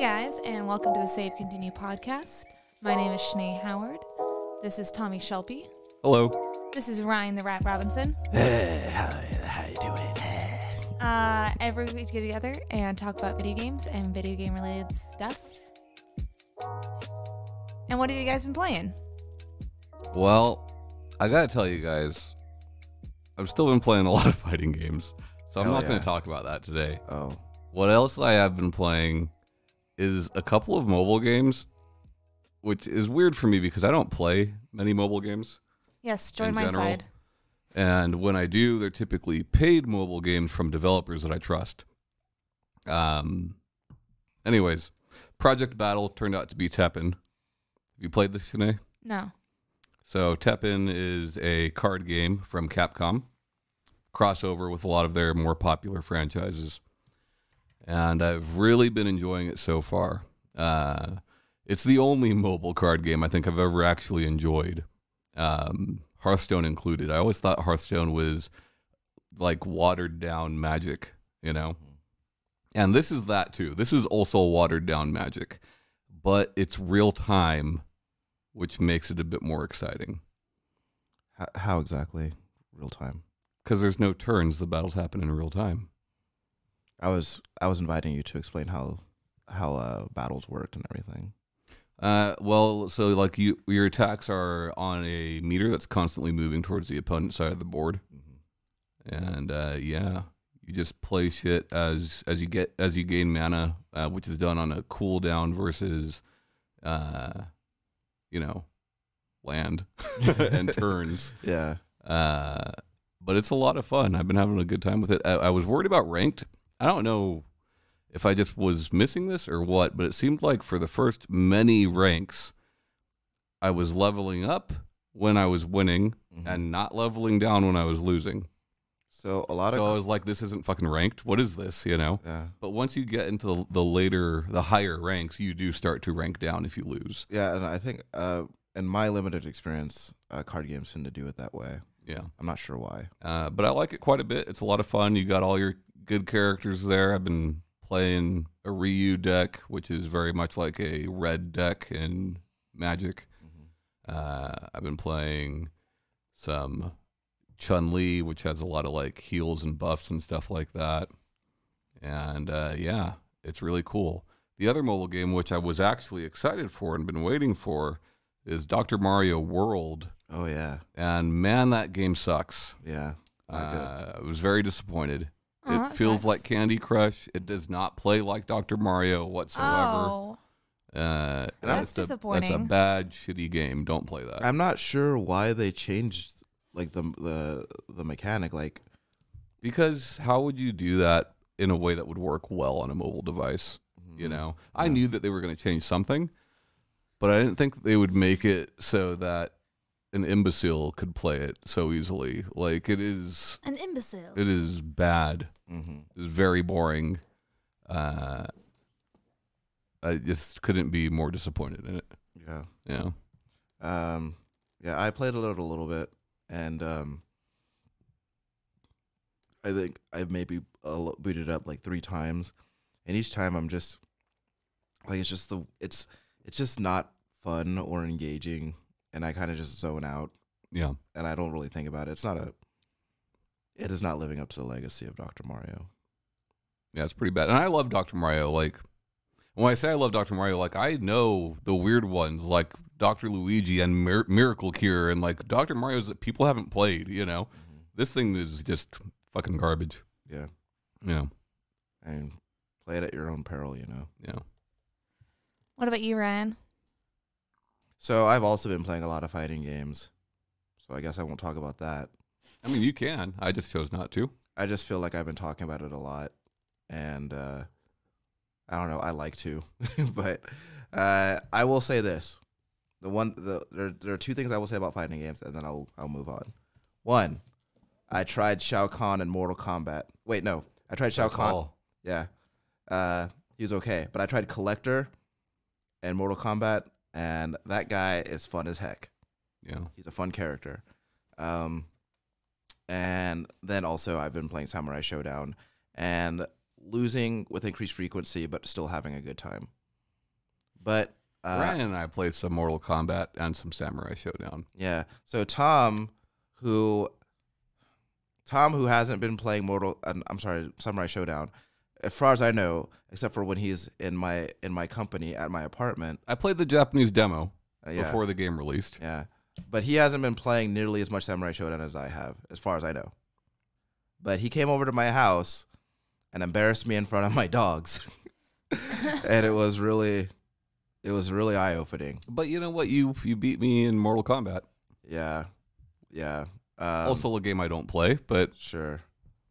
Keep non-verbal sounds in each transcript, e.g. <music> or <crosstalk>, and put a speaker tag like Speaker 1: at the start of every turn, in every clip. Speaker 1: guys, and welcome to the Save Continue podcast. My name is Shanae Howard. This is Tommy Shelby.
Speaker 2: Hello.
Speaker 1: This is Ryan the Rat Robinson.
Speaker 2: How, how you doing?
Speaker 1: Uh, every week we get together and talk about video games and video game related stuff. And what have you guys been playing?
Speaker 2: Well, I gotta tell you guys, I've still been playing a <laughs> lot of fighting games, so I'm
Speaker 3: Hell
Speaker 2: not
Speaker 3: yeah.
Speaker 2: gonna talk about that today.
Speaker 3: Oh,
Speaker 2: What else I have been playing is a couple of mobile games, which is weird for me because I don't play many mobile games.
Speaker 1: Yes, join
Speaker 2: In
Speaker 1: my
Speaker 2: general.
Speaker 1: side.
Speaker 2: And when I do, they're typically paid mobile games from developers that I trust. Um, anyways, Project Battle turned out to be Teppen. Have you played this, Shanae?
Speaker 1: No.
Speaker 2: So Teppen is a card game from Capcom, crossover with a lot of their more popular franchises, and I've really been enjoying it so far. Uh, it's the only mobile card game I think I've ever actually enjoyed, um, Hearthstone included. I always thought Hearthstone was like watered down Magic, you know, and this is that too. This is also watered down Magic, but it's real time which makes it a bit more exciting
Speaker 3: how, how exactly? Real time.
Speaker 2: because there's no turns. The battles happen in real time.
Speaker 3: I was I was inviting you to explain how how uh, battles worked and everything.
Speaker 2: Uh, well, so like you, your attacks are on a meter that's constantly moving towards the opponent side of the board,
Speaker 3: Mm-hmm.
Speaker 2: and uh, yeah, you just play shit as as you get as you gain mana, uh, which is done on a cooldown versus, uh, you know, land <laughs> and turns.
Speaker 3: Yeah.
Speaker 2: Uh, but it's a lot of fun. I've been having a good time with it. I, I was worried about ranked. I don't know if I just was missing this or what, but it seemed like for the first many ranks, I was leveling up when I was winning
Speaker 3: Mhm.
Speaker 2: and not leveling down when I was losing.
Speaker 3: So a lot
Speaker 2: So
Speaker 3: of
Speaker 2: I was like, this isn't fucking ranked. What is this? You know?
Speaker 3: yeah
Speaker 2: But once you get into the, the later, the higher ranks, you do start to rank down if you lose.
Speaker 3: yeah, and I think uh, in my limited experience, uh, card games tend to do it that way.
Speaker 2: Yeah.
Speaker 3: I'm not sure why.
Speaker 2: Uh, but I like it quite a bit. It's a lot of fun. You got all your good characters there. I've been playing a Ryu deck, which is very much like a red deck in Magic. Uh, I've been playing some Chun Li, which has a lot of like heals and buffs and stuff like that. And uh, yeah, it's really cool. The other mobile game, which I was actually excited for and been waiting for, is Dr. Mario World.
Speaker 3: Oh yeah,
Speaker 2: And man, that game sucks.
Speaker 3: yeah. Not good.
Speaker 2: Uh, I was very disappointed.
Speaker 1: Aw,
Speaker 2: it
Speaker 1: that
Speaker 2: feels
Speaker 1: sucks.
Speaker 2: like Candy Crush. It does not play like Dr. Mario whatsoever.
Speaker 1: Oh.
Speaker 2: Uh, and
Speaker 1: That's
Speaker 2: a- That's a
Speaker 1: disappointing.
Speaker 2: bad, shitty game. Don't play that.
Speaker 3: I'm not sure why they changed like the the the mechanic. Like
Speaker 2: because how would you do that in a way that would work well on a mobile device? You
Speaker 3: Mm-hmm.
Speaker 2: know, I knew that they were going to change something, but I didn't think they would make it so that an imbecile could play it so easily. Like it is,
Speaker 1: An imbecile.
Speaker 2: it is bad.
Speaker 3: hmm
Speaker 2: It was very boring. Uh, I just couldn't be more disappointed in it.
Speaker 3: yeah.
Speaker 2: Yeah.
Speaker 3: Um, yeah, I played a little, a little bit, and um, I think I've maybe uh, lo- booted up like three times, and each time I'm just like it's just the it's it's just not fun or engaging, and I kind of just zone out,
Speaker 2: Yeah.
Speaker 3: and I don't really think about it. It's not a it is not living up to the legacy of Doctor Mario.
Speaker 2: Yeah, it's pretty bad. And I love Dr. Mario. Like, when I say I love Dr. Mario, like, I know the weird ones, like Dr. Luigi and Mir- Miracle Cure, and like Dr. Mario's that people haven't played, you know? This thing is just fucking garbage.
Speaker 3: Yeah,
Speaker 2: Yeah.
Speaker 3: and play it at your own peril, you know.
Speaker 2: Yeah.
Speaker 1: What about you, Ryan?
Speaker 3: So I've also been playing a lot of fighting games, so I guess I won't talk about that.
Speaker 2: I mean, you can. I just chose not to.
Speaker 3: I just feel like I've been talking about it a lot, and uh, I don't know. I like to, <laughs> but uh, I will say this: the one, the there, there are two things I will say about fighting games, and then I'll I'll move on. One, I tried Shao Kahn in Mortal Kombat. Wait, no, I tried Shao Kahn.
Speaker 2: Call.
Speaker 3: Yeah, uh, he was okay, but I tried Collector and Mortal Kombat, and that guy is fun as heck
Speaker 2: Yeah.
Speaker 3: he's a fun character. Um, and then also I've been playing Samurai Showdown and losing with increased frequency, but still having a good time. But uh,
Speaker 2: Ryan and I played some Mortal Kombat and some Samurai Showdown.
Speaker 3: Yeah. So Tom, who Tom, who hasn't been playing Mortal, um, I'm sorry, Samurai Showdown, as far as I know, except for when he's in my in my company at my apartment.
Speaker 2: I played the Japanese demo
Speaker 3: Uh, yeah.
Speaker 2: before the game released.
Speaker 3: Yeah. But he hasn't been playing nearly as much Samurai Showdown as I have, as far as I know. But he came over to my house and embarrassed me in front of my dogs, <laughs> and it was really, it was really eye opening.
Speaker 2: But you know what? You you beat me in Mortal Kombat.
Speaker 3: Yeah. Yeah. Um,
Speaker 2: also a game I don't play, but
Speaker 3: Sure.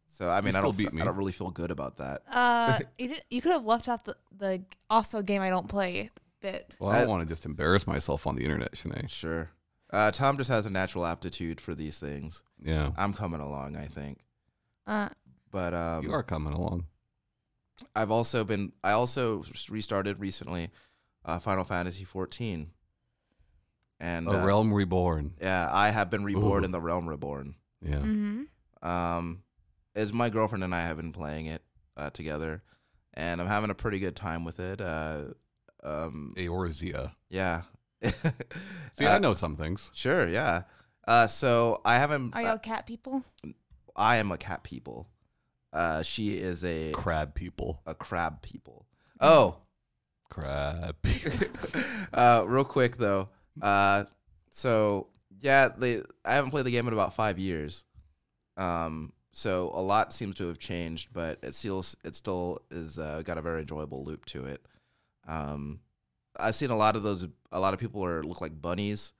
Speaker 3: So I mean, I
Speaker 2: still
Speaker 3: don't,
Speaker 2: beat
Speaker 3: f-
Speaker 2: me.
Speaker 3: I don't really feel good about that.
Speaker 2: <laughs>
Speaker 1: Uh, you, did, you could have left out the, the also game I don't play bit.
Speaker 2: well, I don't
Speaker 3: I-
Speaker 2: want to just embarrass myself on the internet, Shanae.
Speaker 3: Sure. Uh, Tom just has a natural aptitude for these things.
Speaker 2: Yeah,
Speaker 3: I'm coming along, I think.
Speaker 1: Uh,
Speaker 3: But um,
Speaker 2: you are coming along.
Speaker 3: I've also been. I also s- restarted recently, uh, Final Fantasy 14. And
Speaker 2: A
Speaker 3: uh,
Speaker 2: realm reborn.
Speaker 3: yeah, I have been reborn
Speaker 2: Oh, Ooh.
Speaker 3: in the realm reborn.
Speaker 2: Yeah,
Speaker 1: mm-hmm.
Speaker 3: Um, is my girlfriend and I have been playing it uh, together, and I'm having a pretty good time with it. Uh, um,
Speaker 2: Eorzea.
Speaker 3: yeah. <laughs>
Speaker 2: See,
Speaker 3: Uh,
Speaker 2: I know some things.
Speaker 3: Sure, yeah. Uh, so I haven't.
Speaker 1: Are y'all cat people?
Speaker 3: I am a cat people. Uh, she is a
Speaker 2: Crab people.
Speaker 3: a crab people. Oh,
Speaker 2: Crab. people.
Speaker 3: uh, real quick though. Uh, so yeah, they, I haven't played the game in about five years. Um, so a lot seems to have changed, but it still it still is uh, got a very enjoyable loop to it. Um, I've seen a lot of those. A lot of people are look like bunnies,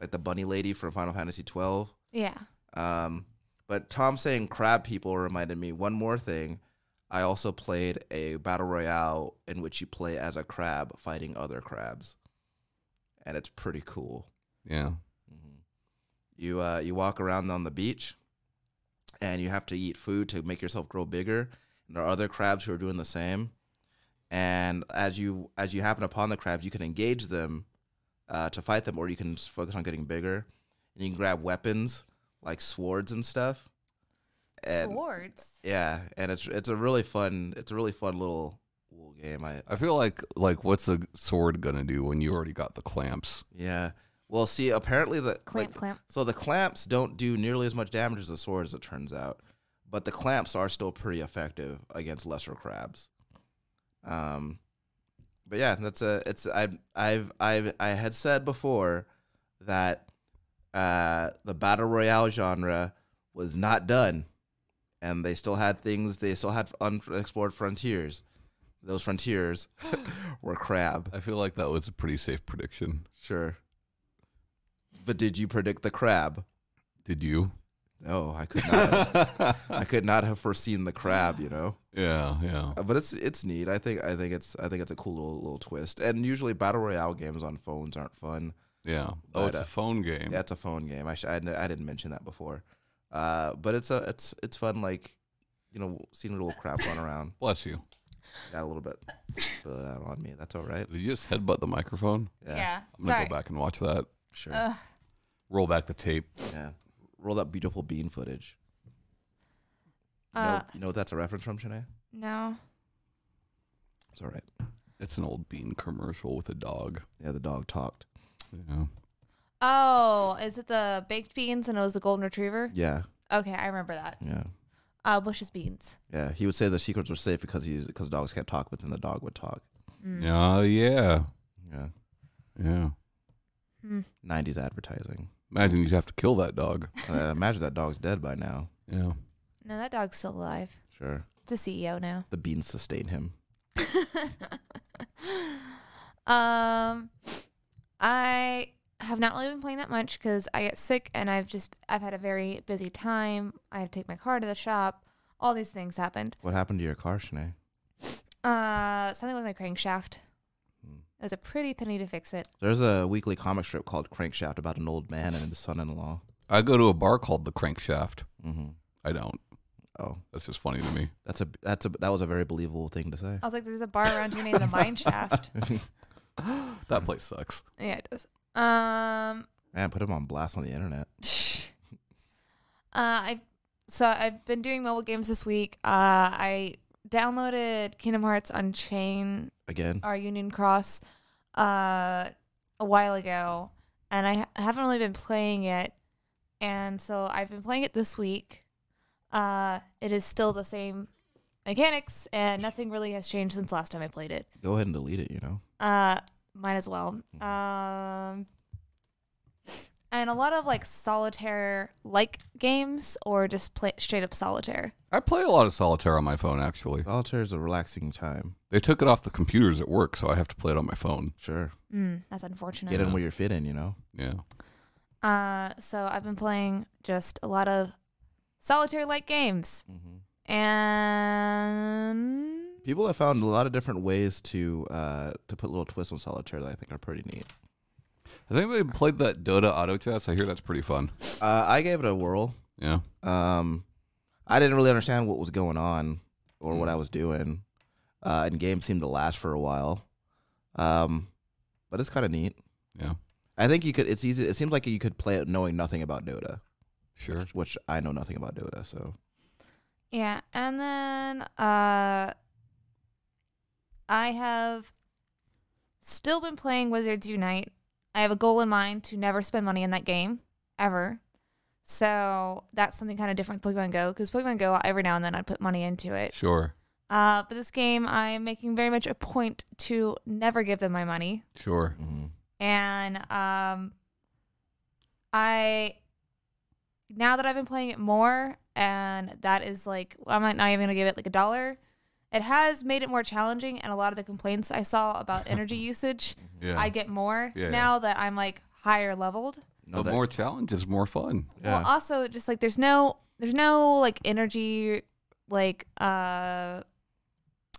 Speaker 3: like the bunny lady from Final Fantasy twelve.
Speaker 1: Yeah.
Speaker 3: Um, but Tom saying crab people reminded me one more thing. I also played a battle royale in which you play as a crab fighting other crabs, and it's pretty cool.
Speaker 2: <laughs> Yeah.
Speaker 3: You uh, you walk around on the beach, and you have to eat food to make yourself grow bigger. And there are other crabs who are doing the same. And as you as you happen upon the crabs, you can engage them uh, to fight them, or you can just focus on getting bigger. And you can grab weapons like swords and stuff. And,
Speaker 1: Swords.
Speaker 3: Yeah, and it's it's a really fun it's a really fun little little game. I
Speaker 2: I feel like like what's a sword gonna do when you already got the clamps?
Speaker 3: yeah. Well, see, apparently the
Speaker 1: Clamp,
Speaker 3: like,
Speaker 1: clamp.
Speaker 3: So the clamps don't do nearly as much damage as the sword, as it turns out, but the clamps are still pretty effective against lesser crabs. Um, but yeah, that's a it's I've I've I've I had said before that uh, the battle royale genre was not done, and they still had things they still had unexplored frontiers. Those frontiers <laughs> were crab,
Speaker 2: I feel like that was a pretty safe prediction.
Speaker 3: sure. But did you predict the crab?
Speaker 2: Did you?
Speaker 3: No, I could
Speaker 2: <laughs>
Speaker 3: not. Have, I could not have foreseen the crab, you know.
Speaker 2: Yeah, yeah.
Speaker 3: Uh, But it's it's neat. I think I think it's I think it's a cool little, little twist. And usually battle royale games on phones aren't fun.
Speaker 2: Yeah. oh,
Speaker 3: But,
Speaker 2: it's
Speaker 3: uh,
Speaker 2: a phone game.
Speaker 3: That's a phone game. I, sh- I, didn't- I didn't mention that before. Uh, but it's a it's it's fun. Like you know, seeing little crab run around.
Speaker 2: Bless you.
Speaker 3: Got a little bit spill it out on me. That's all right.
Speaker 2: Did you just headbutt the microphone?
Speaker 1: Yeah. Uh,
Speaker 2: I'm gonna
Speaker 1: Sorry.
Speaker 2: go back and watch that.
Speaker 3: Sure.
Speaker 1: Ugh.
Speaker 2: Roll back the tape.
Speaker 3: yeah. Roll that beautiful bean footage. You know,
Speaker 1: Uh,
Speaker 3: you know what that's a reference from, Shanae?
Speaker 1: no.
Speaker 3: It's all right.
Speaker 2: It's an old bean commercial with a dog.
Speaker 3: Yeah, the dog talked.
Speaker 2: Yeah.
Speaker 1: Oh, is it the baked beans and it was the golden retriever?
Speaker 3: Yeah.
Speaker 1: Okay, I remember that.
Speaker 3: Yeah.
Speaker 1: Uh, Bush's beans.
Speaker 3: Yeah, he would say the secrets were safe because he because dogs can't talk, but then the dog would talk.
Speaker 1: Mm.
Speaker 2: Oh yeah.
Speaker 3: Yeah,
Speaker 2: Yeah.
Speaker 3: nineties advertising. <laughs>
Speaker 2: Imagine you'd have to kill that dog.
Speaker 3: Uh, imagine that dog's dead by now.
Speaker 2: Yeah.
Speaker 1: No, that dog's still alive.
Speaker 3: Sure,
Speaker 1: It's a CEO
Speaker 3: <laughs>
Speaker 1: now.
Speaker 3: the beans sustain him.
Speaker 1: um, I have not really been playing that much because I get sick and I've just I've had a very busy time. I had to take my car to the shop. All these things happened.
Speaker 3: What happened to your car, Shanae?
Speaker 1: Uh, something with my crankshaft.
Speaker 3: Hmm.
Speaker 1: It was a pretty penny to fix it.
Speaker 3: There's a weekly comic strip called Crankshaft about an old man and his son-in-law.
Speaker 2: I go to a bar called the Crankshaft.
Speaker 3: Mm-hmm.
Speaker 2: I don't.
Speaker 3: Oh,
Speaker 2: That's just funny to me.
Speaker 3: that's a that's a that was a very believable thing to say.
Speaker 1: I was like, "There's a bar around here named the Mine
Speaker 3: <laughs>
Speaker 1: Shaft."
Speaker 2: That place sucks.
Speaker 1: Yeah, it does. Um, <laughs>
Speaker 3: Man, put him on blast on the internet.
Speaker 1: uh, I so I've been doing mobile games this week. Uh, I downloaded Kingdom Hearts Unchained
Speaker 3: Again,
Speaker 1: our Union Cross. uh, a while ago, and I ha- haven't really been playing it. And so I've been playing it this week. Uh, it is still the same mechanics, and nothing really has changed since last time I played it.
Speaker 3: Go ahead and delete it. You know.
Speaker 1: Uh, might as well.
Speaker 3: Mm-hmm.
Speaker 1: Um, and a lot of like solitaire like games or just play- straight up solitaire.
Speaker 2: I play a lot of solitaire on my phone, actually.
Speaker 3: Solitaire is a relaxing time.
Speaker 2: They took it off the computers at work, so I have to play it on my phone.
Speaker 3: Sure.
Speaker 1: Mm, that's unfortunate.
Speaker 3: Get in where you're fitting. You know.
Speaker 2: Yeah.
Speaker 1: Uh, so I've been playing just a lot of solitaire like games. And
Speaker 3: Mm-hmm. People have found a lot of different ways to uh, to put little twists on solitaire that I think are pretty neat.
Speaker 2: Has anybody played that Dota auto chess? I hear that's pretty fun.
Speaker 3: Uh, I gave it a whirl.
Speaker 2: Yeah.
Speaker 3: Um, I didn't really understand what was going on or what I was doing, uh, and games seemed to last for a while. Um, but it's kind of neat.
Speaker 2: Yeah.
Speaker 3: I think you could. It's easy. It seems like you could play it knowing nothing about Dota,
Speaker 2: Sure.
Speaker 3: which I know nothing about Dota. So
Speaker 1: yeah, and then uh, I have still been playing Wizards Unite. I have a goal in mind to never spend money in that game ever. So that's something kind of different with Pokemon Go because Pokemon Go every now and then I put money into it.
Speaker 2: Sure.
Speaker 1: Uh, but this game I am making very much a point to never give them my money.
Speaker 2: Sure.
Speaker 3: Mm-hmm.
Speaker 1: and um i now that i've been playing it more and that is like i'm not even gonna give it like a dollar it has made it more challenging and a lot of the complaints i saw
Speaker 2: <laughs>
Speaker 1: about energy usage
Speaker 2: Yeah.
Speaker 1: i get more
Speaker 2: Yeah, yeah.
Speaker 1: now that i'm like higher leveled
Speaker 3: no,
Speaker 2: but more challenges, more fun.
Speaker 3: yeah.
Speaker 1: well also just like there's no there's no like energy like uh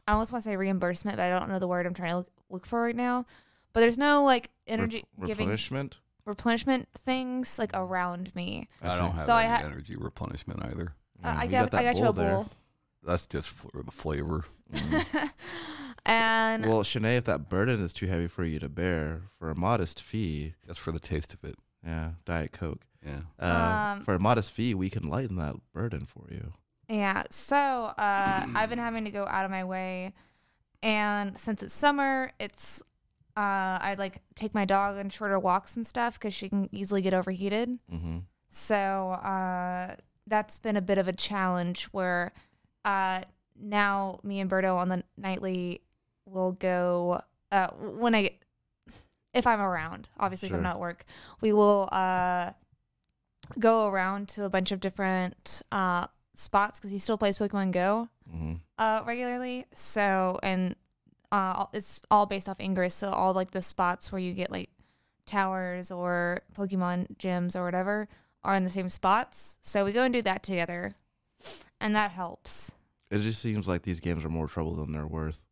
Speaker 1: i almost want to say reimbursement but i don't know the word i'm trying to look, look for right now but there's no like energy
Speaker 3: Rep-
Speaker 1: giving
Speaker 3: replenishment.
Speaker 1: replenishment things like around me.
Speaker 2: I don't have
Speaker 1: So I
Speaker 2: any
Speaker 1: ha-
Speaker 2: energy replenishment either.
Speaker 1: Uh, I
Speaker 3: you
Speaker 1: got,
Speaker 3: got
Speaker 1: I
Speaker 3: that
Speaker 1: got you a
Speaker 3: bowl there.
Speaker 1: bowl.
Speaker 2: That's just for the flavor.
Speaker 1: <laughs> and
Speaker 3: Mm-hmm.
Speaker 1: uh,
Speaker 3: Well, Shanae, if that burden is too heavy for you to bear, for a modest fee,
Speaker 2: That's for the taste of it.
Speaker 3: yeah, Diet Coke.
Speaker 2: Yeah.
Speaker 3: Uh,
Speaker 1: Um,
Speaker 3: for a modest fee, we can lighten that burden for you.
Speaker 1: yeah, so uh, I've been having to go out of my way, and since it's summer, it's uh, I like take my dog on shorter walks and stuff because she can easily get overheated.
Speaker 3: Mm-hmm.
Speaker 1: So uh, that's been a bit of a challenge where uh, now me and Berto on the nightly will go uh, when I if I'm around, obviously if
Speaker 3: Sure.
Speaker 1: I'm not at work, we will uh, go around to a bunch of different uh, spots because he still plays Pokemon Go
Speaker 3: Mm-hmm.
Speaker 1: uh, regularly. So and uh, all- it's all based off Ingress. So all like the spots where you get like towers or Pokemon gyms or whatever are in the same spots. So we go and do that together, and that helps.
Speaker 3: It just seems like these games are more trouble than they're worth.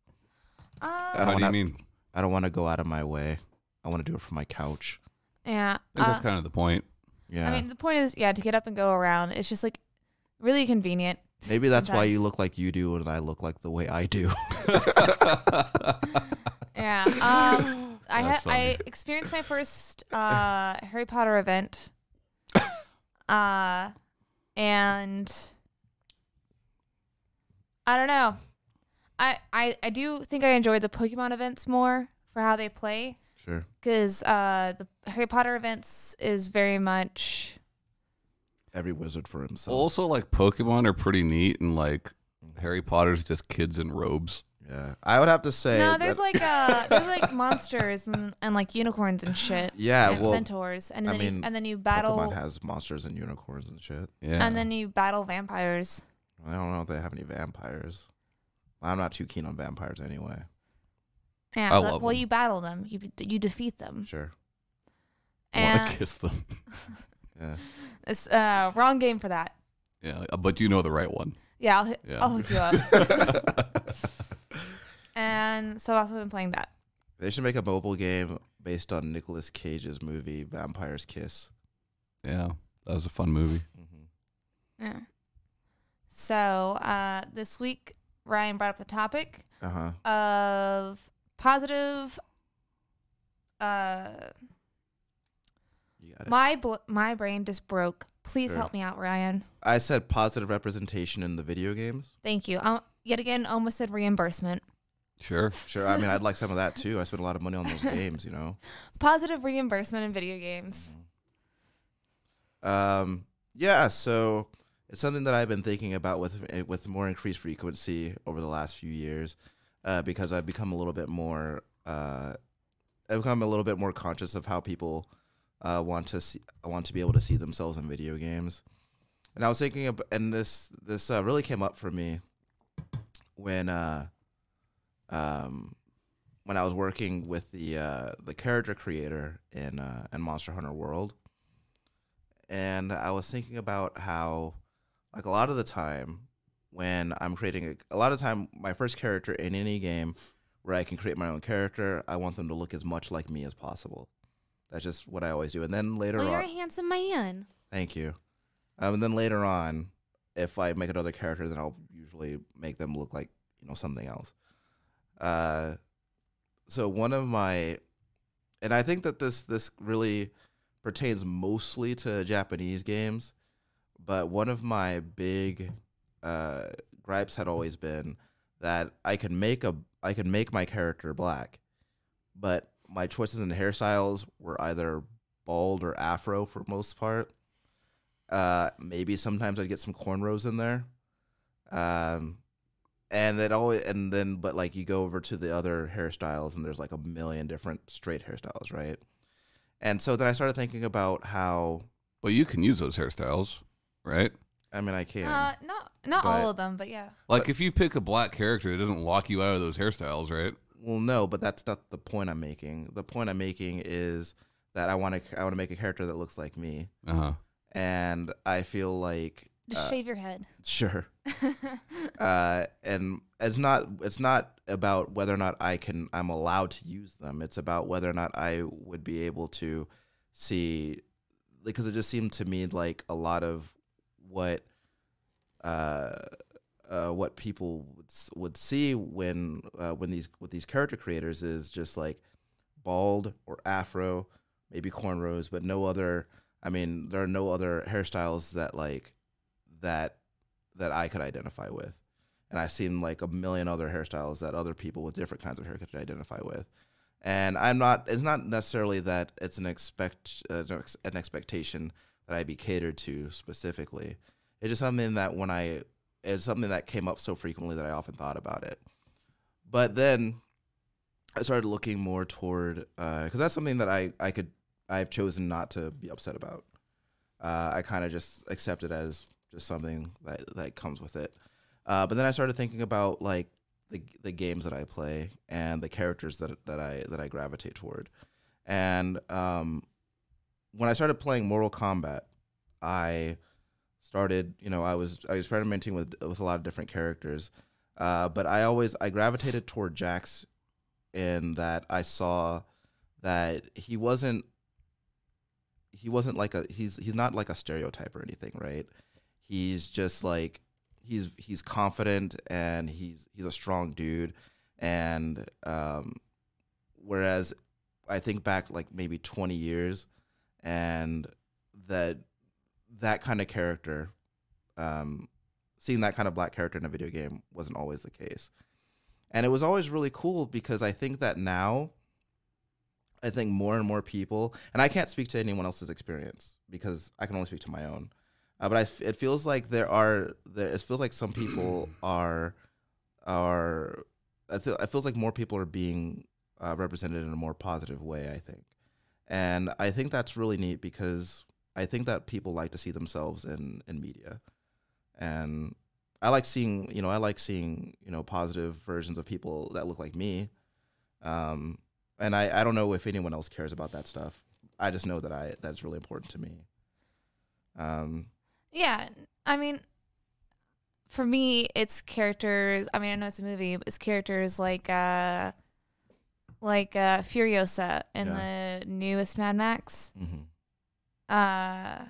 Speaker 1: Uh,
Speaker 3: don't
Speaker 2: How do you
Speaker 3: wanna-
Speaker 2: mean?
Speaker 3: I don't want to go out of my way. I want to do it from my couch.
Speaker 1: yeah.
Speaker 2: I think
Speaker 1: uh,
Speaker 2: that's kind of the point.
Speaker 3: Yeah.
Speaker 1: I mean, the point is, yeah, to get up and go around. It's just like really convenient.
Speaker 3: Maybe that's why you
Speaker 1: sometimes.
Speaker 3: look like you do and I look like the way I do. <laughs>
Speaker 1: Yeah. Um, I
Speaker 2: That's
Speaker 1: had I experienced my first uh, Harry Potter event. Uh, and I don't know. I, I I do think I enjoyed the Pokemon events more for how they play
Speaker 3: Sure.
Speaker 1: because uh, the Harry Potter events is very much
Speaker 3: Every wizard for himself.
Speaker 2: Also, like Pokemon are pretty neat, and like Harry Potter's just kids in robes.
Speaker 3: Yeah. I would have to say.
Speaker 1: no. There's
Speaker 3: that-
Speaker 1: like uh, there's
Speaker 3: <laughs>
Speaker 1: like monsters and, and like unicorns and shit.
Speaker 3: Yeah,
Speaker 1: and
Speaker 3: well,
Speaker 1: centaurs, and
Speaker 3: I
Speaker 1: then you,
Speaker 3: mean,
Speaker 1: and then you battle
Speaker 3: Pokemon has monsters and unicorns and shit.
Speaker 2: Yeah.
Speaker 1: and then you battle vampires.
Speaker 3: I don't know if they have any vampires. I'm not too keen on vampires anyway.
Speaker 1: Yeah,
Speaker 2: I
Speaker 1: but-
Speaker 2: love
Speaker 1: well,
Speaker 2: 'em.
Speaker 1: you battle them. You you defeat them.
Speaker 3: Sure.
Speaker 2: want
Speaker 1: And
Speaker 2: to kiss them. <laughs>
Speaker 3: Yeah.
Speaker 1: it's uh, wrong game for that.
Speaker 2: Yeah, uh, but you know the right one.
Speaker 1: Yeah, I'll, hit
Speaker 2: Yeah.
Speaker 1: I'll hook you up.
Speaker 2: <laughs>
Speaker 1: and so I've also been playing that.
Speaker 3: They should make a mobile game based on Nicolas Cage's movie Vampire's Kiss.
Speaker 2: Yeah, that was a fun movie.
Speaker 3: Mm-hmm.
Speaker 1: Yeah. So uh, this week Ryan brought up the topic
Speaker 3: Uh huh.
Speaker 1: of positive. Uh,
Speaker 3: You got it.
Speaker 1: my bl- my brain just broke. Please
Speaker 3: Sure.
Speaker 1: help me out, Ryan.
Speaker 3: I said positive representation in the video games.
Speaker 1: Thank you. Um, yet again, almost said reimbursement.
Speaker 2: Sure.
Speaker 3: Sure. I mean, I'd like some of that too. I spent a lot of money on those games, you know.
Speaker 1: Positive reimbursement in video games.
Speaker 3: Um, yeah. So it's something that I've been thinking about with eh, with more increased frequency over the last few years, uh, because I've become a little bit more uh, I've become a little bit more conscious of how people uh, want to see want to be able to see themselves in video games, and I was thinking about and this this uh, really came up for me when uh, um, when I was working with the uh, the character creator in uh, in Monster Hunter World, and I was thinking about how, like a lot of the time, when I'm creating a, a lot of time, my first character in any game where I can create my own character, I want them to look as much like me as possible. That's just what I always do. And then later
Speaker 1: Well,
Speaker 3: on,
Speaker 1: Oh, you're a handsome man.
Speaker 3: Thank you. Um, and then later on, if I make another character, then I'll usually make them look like you know something else. Uh, so one of my, and I think that this this really pertains mostly to Japanese games, but one of my big uh, gripes had always been that I could make a I could make my character black, but my choices in hairstyles were either bald or afro for most part. Uh, maybe sometimes I'd get some cornrows in there. Um, and then always, and then, but like you go over to the other hairstyles, and there's like a million different straight hairstyles, right? And so then I started thinking about how,
Speaker 2: Well, you can use those hairstyles, right?
Speaker 3: I mean, I can.
Speaker 1: Uh, not not all
Speaker 3: But-
Speaker 1: of them, but yeah.
Speaker 2: Like if you pick a black character, it doesn't lock you out of those hairstyles, right?
Speaker 3: well, no, but that's not the point I'm making. The point I'm making is that I want to, I want to make a character that looks like me,
Speaker 2: Uh huh.
Speaker 3: and I feel like <laughs>
Speaker 1: Just shave your head. <laughs>
Speaker 3: Sure. uh, and it's not it's not about whether or not I can I'm allowed to use them. It's about whether or not I would be able to see because it just seemed to me like a lot of what uh, uh, what people would, s- would see when uh, when these with these character creators is just like bald or afro, maybe cornrows, but no other. I mean, there are no other hairstyles that like that that I could identify with. And I've seen like a million other hairstyles that other people with different kinds of hair could identify with. And I'm not. It's not necessarily that it's an expect uh, an ex- an expectation that I be catered to specifically. It's just something that when I it's something that came up so frequently that I often thought about it. But then I started looking more toward because that's something that I I could I've chosen not to be upset about. Uh, I kind of just accept it as just something that that comes with it. Uh, but then I started thinking about like the the games that I play and the characters that that I that I gravitate toward. And um, when I started playing Mortal Kombat, I started you know I was I was experimenting with with a lot of different characters. Uh, but I always I gravitated toward Jax in that I saw that he wasn't he wasn't like a he's he's not like a stereotype or anything, right? He's just like he's he's confident and he's he's a strong dude and um whereas I think back like maybe 20 years and that that kind of character um seeing that kind of black character in a video game wasn't always the case and it was always really cool because I think that now I think more and more people, and I can't speak to anyone else's experience because I can only speak to my own. Uh, but I, f- it feels like there are, there, it feels like some people are, are, I feel, it feels like more people are being uh, represented in a more positive way. I think, and I think that's really neat because I think that people like to see themselves in in media, and I like seeing, you know, I like seeing, you know, positive versions of people that look like me. Um, and I, I don't know if anyone else cares about that stuff. I just know that I that's really important to me. Um,
Speaker 1: Yeah, I mean, for me, it's characters. I mean, I know it's a movie, but it's characters like uh, like uh, Furiosa in the newest Mad Max.
Speaker 3: Mm-hmm.
Speaker 1: Uh,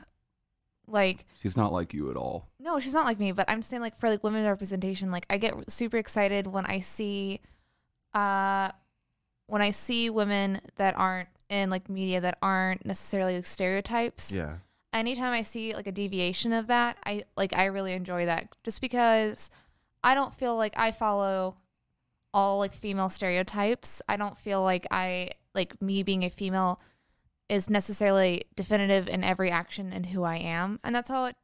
Speaker 1: like
Speaker 2: She's not like you at all.
Speaker 1: no, she's not like me, but I'm saying like for like women representation, like I get super excited when I see, uh, when I see women that aren't in like media that aren't necessarily like stereotypes
Speaker 3: yeah.
Speaker 1: anytime I see like a deviation of that, I like I really enjoy that just because I don't feel like I follow all like female stereotypes. I don't feel like I like me being a female is necessarily definitive in every action and who I am. And that's how it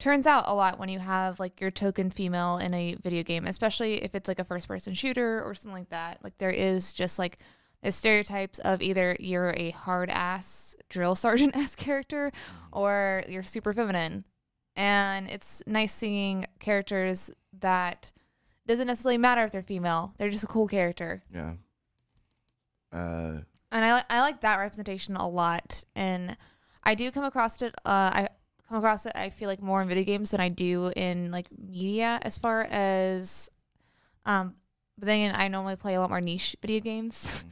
Speaker 1: turns out a lot when you have like your token female in a video game, especially if it's like a first person shooter or something like that. Like there is just like the stereotypes of either you're a hard ass drill <laughs> sergeant ass character or you're super feminine. And it's nice seeing characters that doesn't necessarily matter if they're female. They're just a cool character.
Speaker 3: Yeah. Uh,
Speaker 1: And I, li- I like that representation a lot. And I do come across it. Uh, I come across it. I feel like more in video games than I do in like media, as far as. Um, but then again, I normally play a lot more niche video games.
Speaker 3: mhm.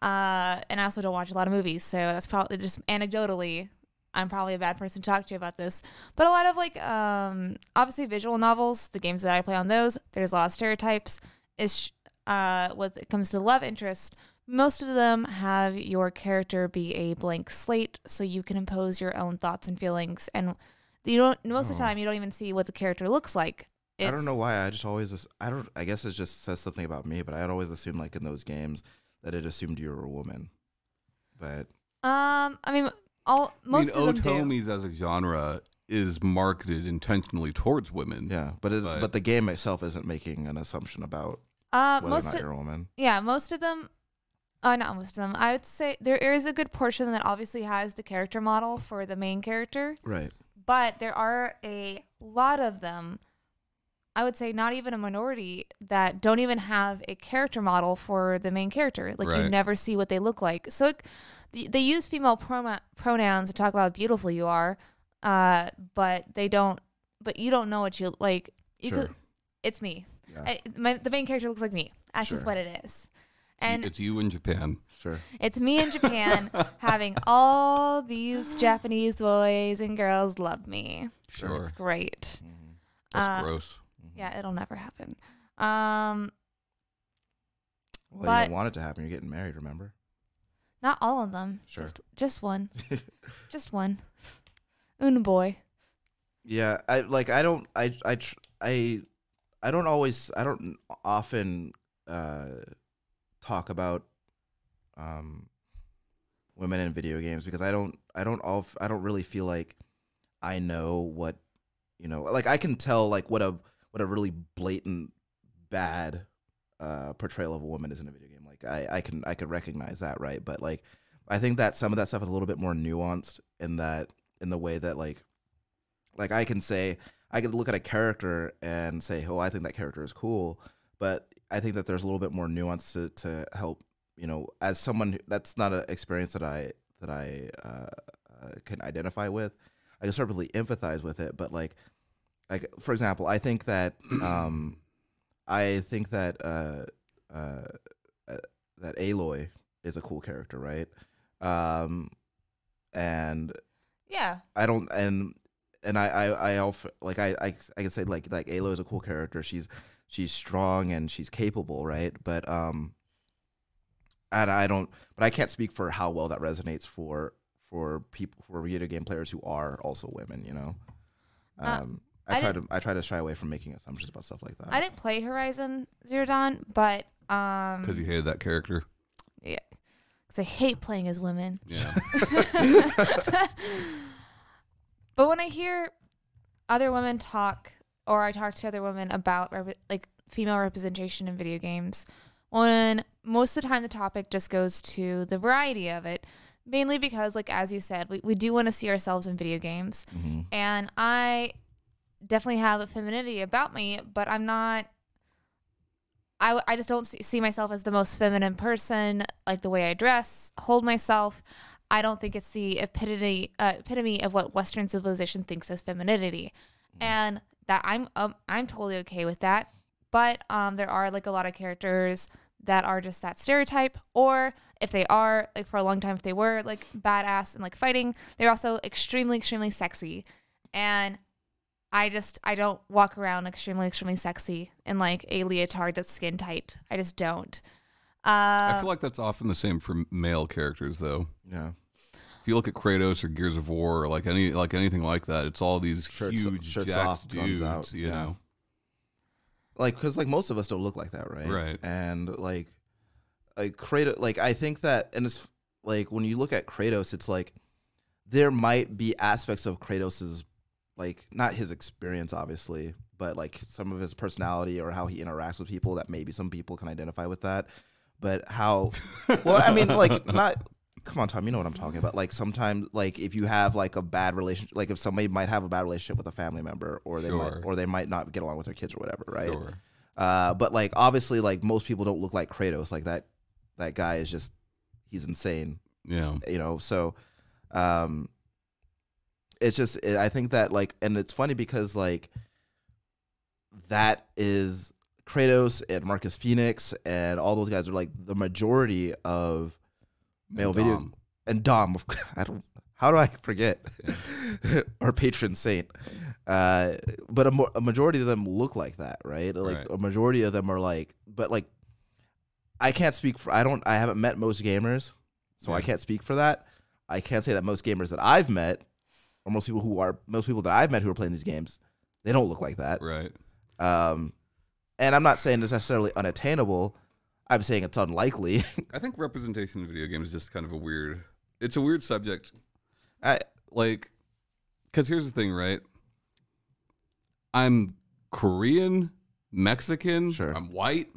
Speaker 1: Uh, and I also don't watch a lot of movies, so that's probably just anecdotally. I'm probably a bad person to talk to about this, but a lot of like, um, obviously visual novels, the games that I play on those, there's a lot of stereotypes. Is uh, when it comes to love interest, most of them have your character be a blank slate, so you can impose your own thoughts and feelings, and you don't. Most of the
Speaker 3: Oh.
Speaker 1: time, you don't even see what the character looks like.
Speaker 3: I don't
Speaker 1: It's-
Speaker 3: know why. I just always, as- I don't, I guess it just says something about me, but I'd always assume, like, in those games, that it assumed you were a woman. But
Speaker 1: Um, I mean, all most
Speaker 3: oh,
Speaker 2: I mean,
Speaker 1: of them do.
Speaker 2: otomis as a genre is marketed intentionally towards women.
Speaker 3: yeah, but it,
Speaker 2: But-
Speaker 3: but the game itself isn't making an assumption about
Speaker 1: Uh,
Speaker 3: whether or
Speaker 1: most
Speaker 3: not
Speaker 1: of,
Speaker 3: you're a woman.
Speaker 1: Yeah, most of them. Uh, not most of them. I would say there is a good portion that obviously has the character model for the main character,
Speaker 3: Right.
Speaker 1: but there are a lot of them. I would say not even a minority that don't even have a character model for the main character. Like you
Speaker 2: Right.
Speaker 1: never see what they look like. So it, th- they use female promo- pronouns to talk about how beautiful you are, uh, but they don't. But you don't know what you like. You
Speaker 3: Sure.
Speaker 1: could, it's me.
Speaker 3: Yeah.
Speaker 1: I, my, the main character looks like me. That's just
Speaker 3: Sure.
Speaker 1: what it is. And it's,
Speaker 2: it's you in Japan.
Speaker 3: Sure.
Speaker 1: me in Japan having all these Japanese boys and girls love me.
Speaker 2: Sure,
Speaker 1: It's great.
Speaker 3: Mm-hmm.
Speaker 2: that's
Speaker 1: uh,
Speaker 2: gross.
Speaker 1: Yeah, it'll never happen. Um,
Speaker 3: Well, you
Speaker 1: But-
Speaker 3: don't want it to happen. You're getting married, remember?
Speaker 1: not all of them.
Speaker 3: Sure.
Speaker 1: Just, just one. just one. Un boy.
Speaker 3: Yeah, I like I don't I I tr- I I don't always I don't often uh talk about um women in video games because I don't I don't all I don't really feel like I know what you know like I can tell like what a what a really blatant bad uh portrayal of a woman is in a video game like I I can I could recognize that right but like I think that some of that stuff is a little bit more nuanced in that in the way that like like I can say I could look at a character and say, "Oh, I think that character is cool," but I think that there's a little bit more nuance to, to help you know as someone who- that's not an experience that I that I uh, uh, can identify with. I can certainly empathize with it, but like like for example, I think that <clears throat> um, I think that uh, uh, uh, that Aloy is a cool character, right? Um, and
Speaker 1: Yeah.
Speaker 3: I don't and and I I I also like I I I can say like like Aloy is a cool character. She's she's strong and she's capable, right? But um, and I don't, but I can't speak for how well that resonates for for people for video game players who are also women. You know,
Speaker 1: Uh,
Speaker 3: um, I,
Speaker 1: I
Speaker 3: try to I try to shy away from making assumptions about stuff like that.
Speaker 1: I didn't play Horizon Zero Dawn, but um,
Speaker 2: Because you hated that character.
Speaker 1: yeah, 'Cause I hate playing as women.
Speaker 2: Yeah.
Speaker 1: <laughs> <laughs> but when I hear other women talk, or I talk to other women about rep- like female representation in video games, when most of the time the topic just goes to the variety of it, mainly because, like as you said, we, we do want to see ourselves in video games,
Speaker 3: Mhm.
Speaker 1: and I definitely have a femininity about me, but I'm not. I, I just don't see, see myself as the most feminine person, like the way I dress, hold myself. I don't think it's the epitome uh, epitome of what Western civilization thinks as femininity, and that I'm um, I'm totally okay with that. But um, there are like a lot of characters that are just that stereotype, or if they are like for a long time, if they were like badass and like fighting, they're also extremely extremely sexy, and I just I don't walk around extremely extremely sexy in like a leotard that's skin tight. I just don't. Uh,
Speaker 2: I feel like that's often the same for male characters, though.
Speaker 3: yeah,
Speaker 2: If you look at Kratos or Gears of War or like any like anything like that, it's all these
Speaker 3: Shirts-
Speaker 2: huge
Speaker 3: shirts
Speaker 2: jacked
Speaker 3: off, guns
Speaker 2: dudes,
Speaker 3: out,
Speaker 2: you
Speaker 3: yeah.
Speaker 2: know.
Speaker 3: like because like most of us don't look like that, right?
Speaker 2: Right.
Speaker 3: And like, like Kratos, like I think that, and it's like when you look at Kratos, it's like there might be aspects of Kratos's like not his experience, obviously, but like some of his personality or how he interacts with people that maybe some people can identify with that. But how? Well, I
Speaker 2: <laughs>
Speaker 3: mean, like not. Come on, Tom. You know what I'm talking about. Like sometimes, like if you have like a bad relationship, like if somebody might have a bad relationship with a family member, or they might,
Speaker 2: Sure.
Speaker 3: or they might not get along with their kids or whatever, right?
Speaker 2: Sure.
Speaker 3: Uh, but like obviously, like most people don't look like Kratos. Like that, that guy is just he's insane,
Speaker 2: Yeah.
Speaker 3: you know. So, um, it's just it, I think that like, and it's funny because like that is Kratos and Marcus Phoenix and all those guys are like the majority of male
Speaker 2: And
Speaker 3: video
Speaker 2: Dom.
Speaker 3: and Dom. of course, <laughs> I don't. How do I forget <laughs> our patron saint? Uh, but a, mo- a majority of them look like that, right? Like
Speaker 2: Right.
Speaker 3: a majority of them are like, but like, I can't speak for. I don't. I haven't met most gamers, so I
Speaker 2: Yeah.
Speaker 3: can't speak for that. I can't say that most gamers that I've met, or most people who are most people that I've met who are playing these games, they don't look like that.
Speaker 2: Right.
Speaker 3: Um, and I'm not saying it's necessarily unattainable. I'm saying it's unlikely. <laughs>
Speaker 2: I think representation in video games is just kind of a weird. It's a weird subject.
Speaker 3: I,
Speaker 2: Like, because here's the thing, right? I'm Korean, Mexican.
Speaker 3: Sure.
Speaker 2: I'm white.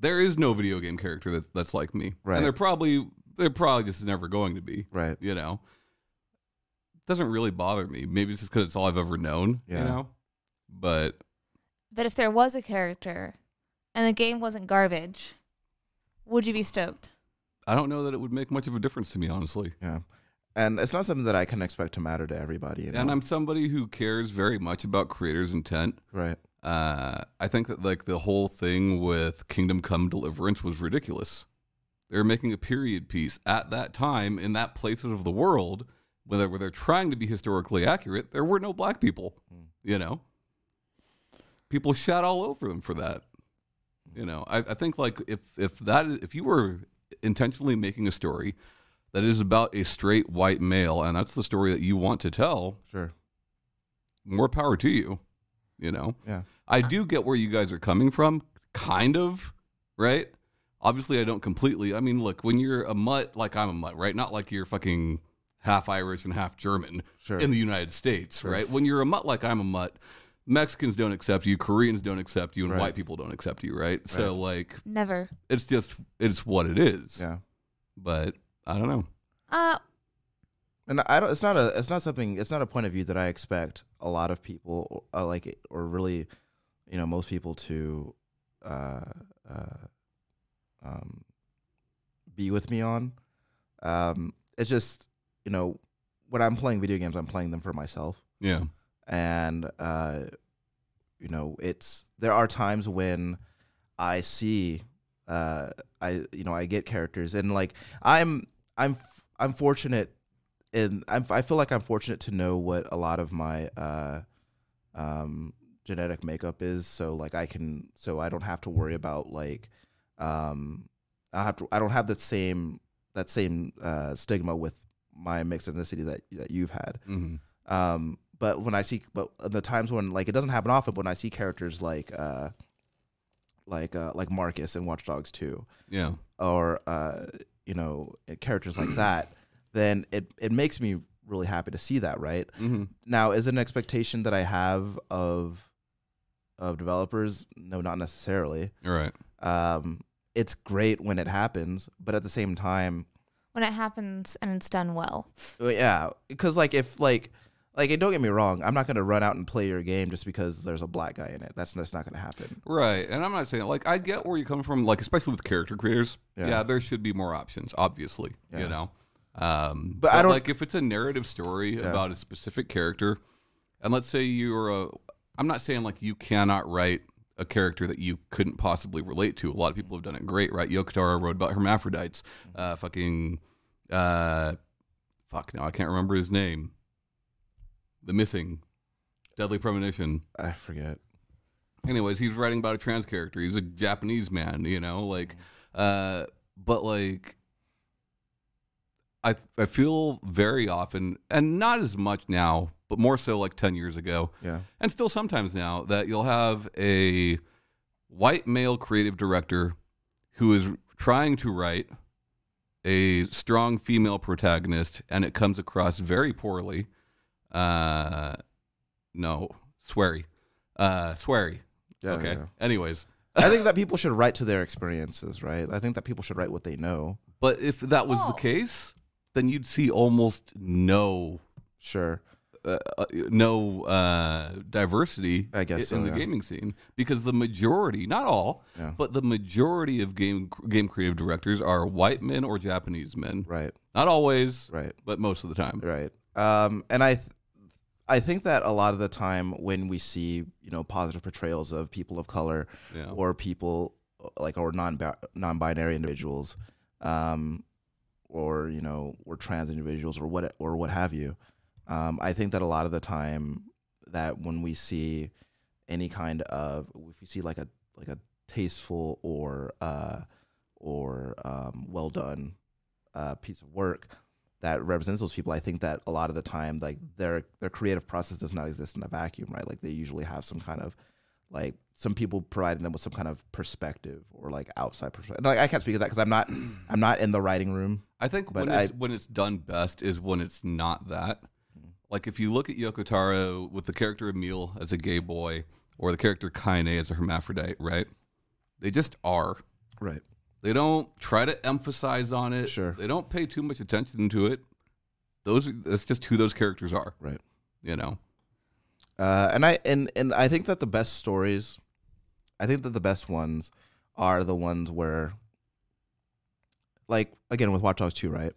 Speaker 2: There is no video game character that's that's like me.
Speaker 3: Right.
Speaker 2: And they're probably they're probably just never going to be.
Speaker 3: right.
Speaker 2: You know. Doesn't really bother me. Maybe it's just because it's all I've ever known.
Speaker 3: Yeah.
Speaker 2: You know. But
Speaker 1: But if there was a character and the game wasn't garbage, would you be stoked?
Speaker 2: I don't know that it would make much of a difference to me, honestly.
Speaker 3: Yeah. And it's not something that I can expect to matter to everybody. You know?
Speaker 2: And I'm somebody who cares very much about creators' intent.
Speaker 3: right.
Speaker 2: uh, I think that like the whole thing with Kingdom Come Deliverance was ridiculous. They were making a period piece at that time in that place of the world where they where they're trying to be historically accurate. There were no black people, you know. People shot all over them for that. You know, I, I think like if if that if you were intentionally making a story that is about a straight white male and that's the story that you want to tell,
Speaker 3: Sure.
Speaker 2: more power to you. You know.
Speaker 3: Yeah.
Speaker 2: I do get where you guys are coming from, kind of, right? Obviously, I don't completely. I mean, look, when you're a mutt, like I'm a mutt, right? Not like you're fucking half Irish and half German
Speaker 3: Sure.
Speaker 2: in the United States, right? When you're a mutt, like I'm a mutt, Mexicans don't accept you, Koreans don't accept you, and
Speaker 3: Right.
Speaker 2: white people don't accept you, right? So, like,
Speaker 1: Never.
Speaker 2: it's just, it's what it is.
Speaker 3: yeah.
Speaker 2: But I don't know.
Speaker 1: Uh,
Speaker 3: And I don't. It's not a. It's not something. It's not a point of view that I expect a lot of people, or, uh, like, or really, you know, most people to, uh, uh, um, be with me on. Um, it's just, you know, when I'm playing video games, I'm playing them for myself.
Speaker 2: Yeah.
Speaker 3: and uh, you know it's there are times when I see uh, I you know I get characters and like I'm I'm f- I'm fortunate and I'm I feel like I'm fortunate to know what a lot of my uh, um, genetic makeup is so like I can so I don't have to worry about like um, I don't have to I don't have that same that same uh, stigma with my mixed ethnicity that that you've had
Speaker 2: hmm
Speaker 3: um, but when I see, but the times when like it doesn't happen often, but when I see characters like, uh, like, uh, like Marcus in Watch Dogs Two,
Speaker 2: Yeah.
Speaker 3: or uh, you know, eh, characters like that, then it it makes me really happy to see that. Right
Speaker 2: hmm
Speaker 3: now, is it an expectation that I have of of developers? No, not necessarily.
Speaker 2: All right.
Speaker 3: Um, it's great when it happens, but at the same time,
Speaker 1: when it happens and it's done well.
Speaker 3: Well, yeah, because like if like like and don't get me wrong, I'm not gonna run out and play your game just because there's a black guy in it. That's that's not gonna happen.
Speaker 2: Right. And I'm not saying like I get where you come from, like especially with character creators.
Speaker 3: Yeah.
Speaker 2: Yeah, there should be more options, obviously.
Speaker 3: Yeah.
Speaker 2: You know. Um
Speaker 3: But I don't-
Speaker 2: like if it's a narrative story about a specific character, and let's say you're a I'm not saying like you cannot write a character that you couldn't possibly relate to. A lot of people have done it great, right? Yokotaro wrote about hermaphrodites.
Speaker 3: Mm-hmm.
Speaker 2: Uh fucking uh fuck now, I can't remember his name. The missing. Deadly premonition
Speaker 3: I forget.
Speaker 2: anyways he's writing about a trans character he's a japanese man you know like uh but like i i feel very often and not as much now but more so like 10 years ago
Speaker 3: Yeah,
Speaker 2: and still sometimes now that you'll have a white male creative director who is trying to write a strong female protagonist, and it comes across very poorly. Uh, no, sweary, uh, sweary.
Speaker 3: Yeah,
Speaker 2: okay.
Speaker 3: yeah.
Speaker 2: Anyways,
Speaker 3: I think that people should write to their experiences, right? I think that people should write what they know.
Speaker 2: but if that was
Speaker 1: Oh.
Speaker 2: the case, then you'd see almost no
Speaker 3: Sure.
Speaker 2: uh, uh, no uh, diversity
Speaker 3: I guess
Speaker 2: in,
Speaker 3: so,
Speaker 2: the
Speaker 3: yeah.
Speaker 2: gaming scene because the majority, not all,
Speaker 3: Yeah.
Speaker 2: but the majority of game game creative directors are white men or Japanese men.
Speaker 3: Right.
Speaker 2: Not always,
Speaker 3: Right.
Speaker 2: but most of the time.
Speaker 3: Right. Um, and I, th- I think that a lot of the time when we see you know positive portrayals of people of color
Speaker 2: Yeah.
Speaker 3: or people uh, like or non non-binary individuals, um, or you know or trans individuals or what or what have you, um, I think that a lot of the time that when we see any kind of if we see like a like a tasteful or uh, or um, well done uh, piece of work that represents those people, I think that a lot of the time like their their creative process does not exist in a vacuum, right? Like they usually have some kind of like some people providing them with some kind of perspective or like outside perspective. Like I can't speak of that because I'm <clears throat> not I'm not in the writing room.
Speaker 2: I think
Speaker 3: But
Speaker 2: when it's when it's done best is when it's not that.
Speaker 3: Mm-hmm.
Speaker 2: Like if you look at Yoko Taro with the character Emil as a gay boy or the character Kaine as a hermaphrodite, right? They just are.
Speaker 3: Right.
Speaker 2: They don't try to emphasize on it.
Speaker 3: Sure.
Speaker 2: They don't pay too much attention to it. Those that's just who those characters are,
Speaker 3: Right.
Speaker 2: you know.
Speaker 3: Uh, and I and and I think that the best stories, I think that the best ones are the ones where, like again with Watch Dogs Two, right?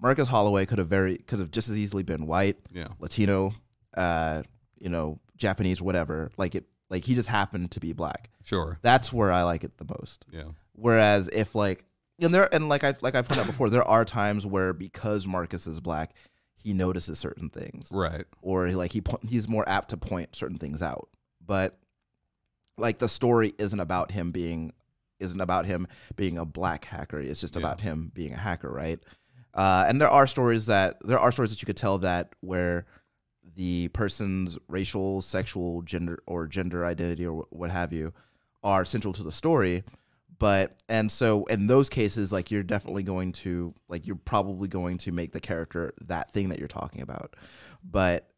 Speaker 3: Marcus Holloway could have very could have just as easily been white,
Speaker 2: Yeah.
Speaker 3: Latino, uh, you know, Japanese, whatever. Like it, like he just happened to be black.
Speaker 2: Sure.
Speaker 3: That's where I like it the most.
Speaker 2: Yeah.
Speaker 3: Whereas if like and there and like I like I pointed out before, there are times where because Marcus is black, he notices certain things
Speaker 2: Right.
Speaker 3: or like he po- he's more apt to point certain things out. But like the story isn't about him being isn't about him being a black hacker. It's just
Speaker 2: Yeah.
Speaker 3: about him being a hacker, right? Uh, and there are stories that there are stories that you could tell that where the person's racial, sexual, gender or gender identity or wh- what have you are central to the story. But and so in those cases, like you're definitely going to like you're probably going to make the character that thing that you're talking about. But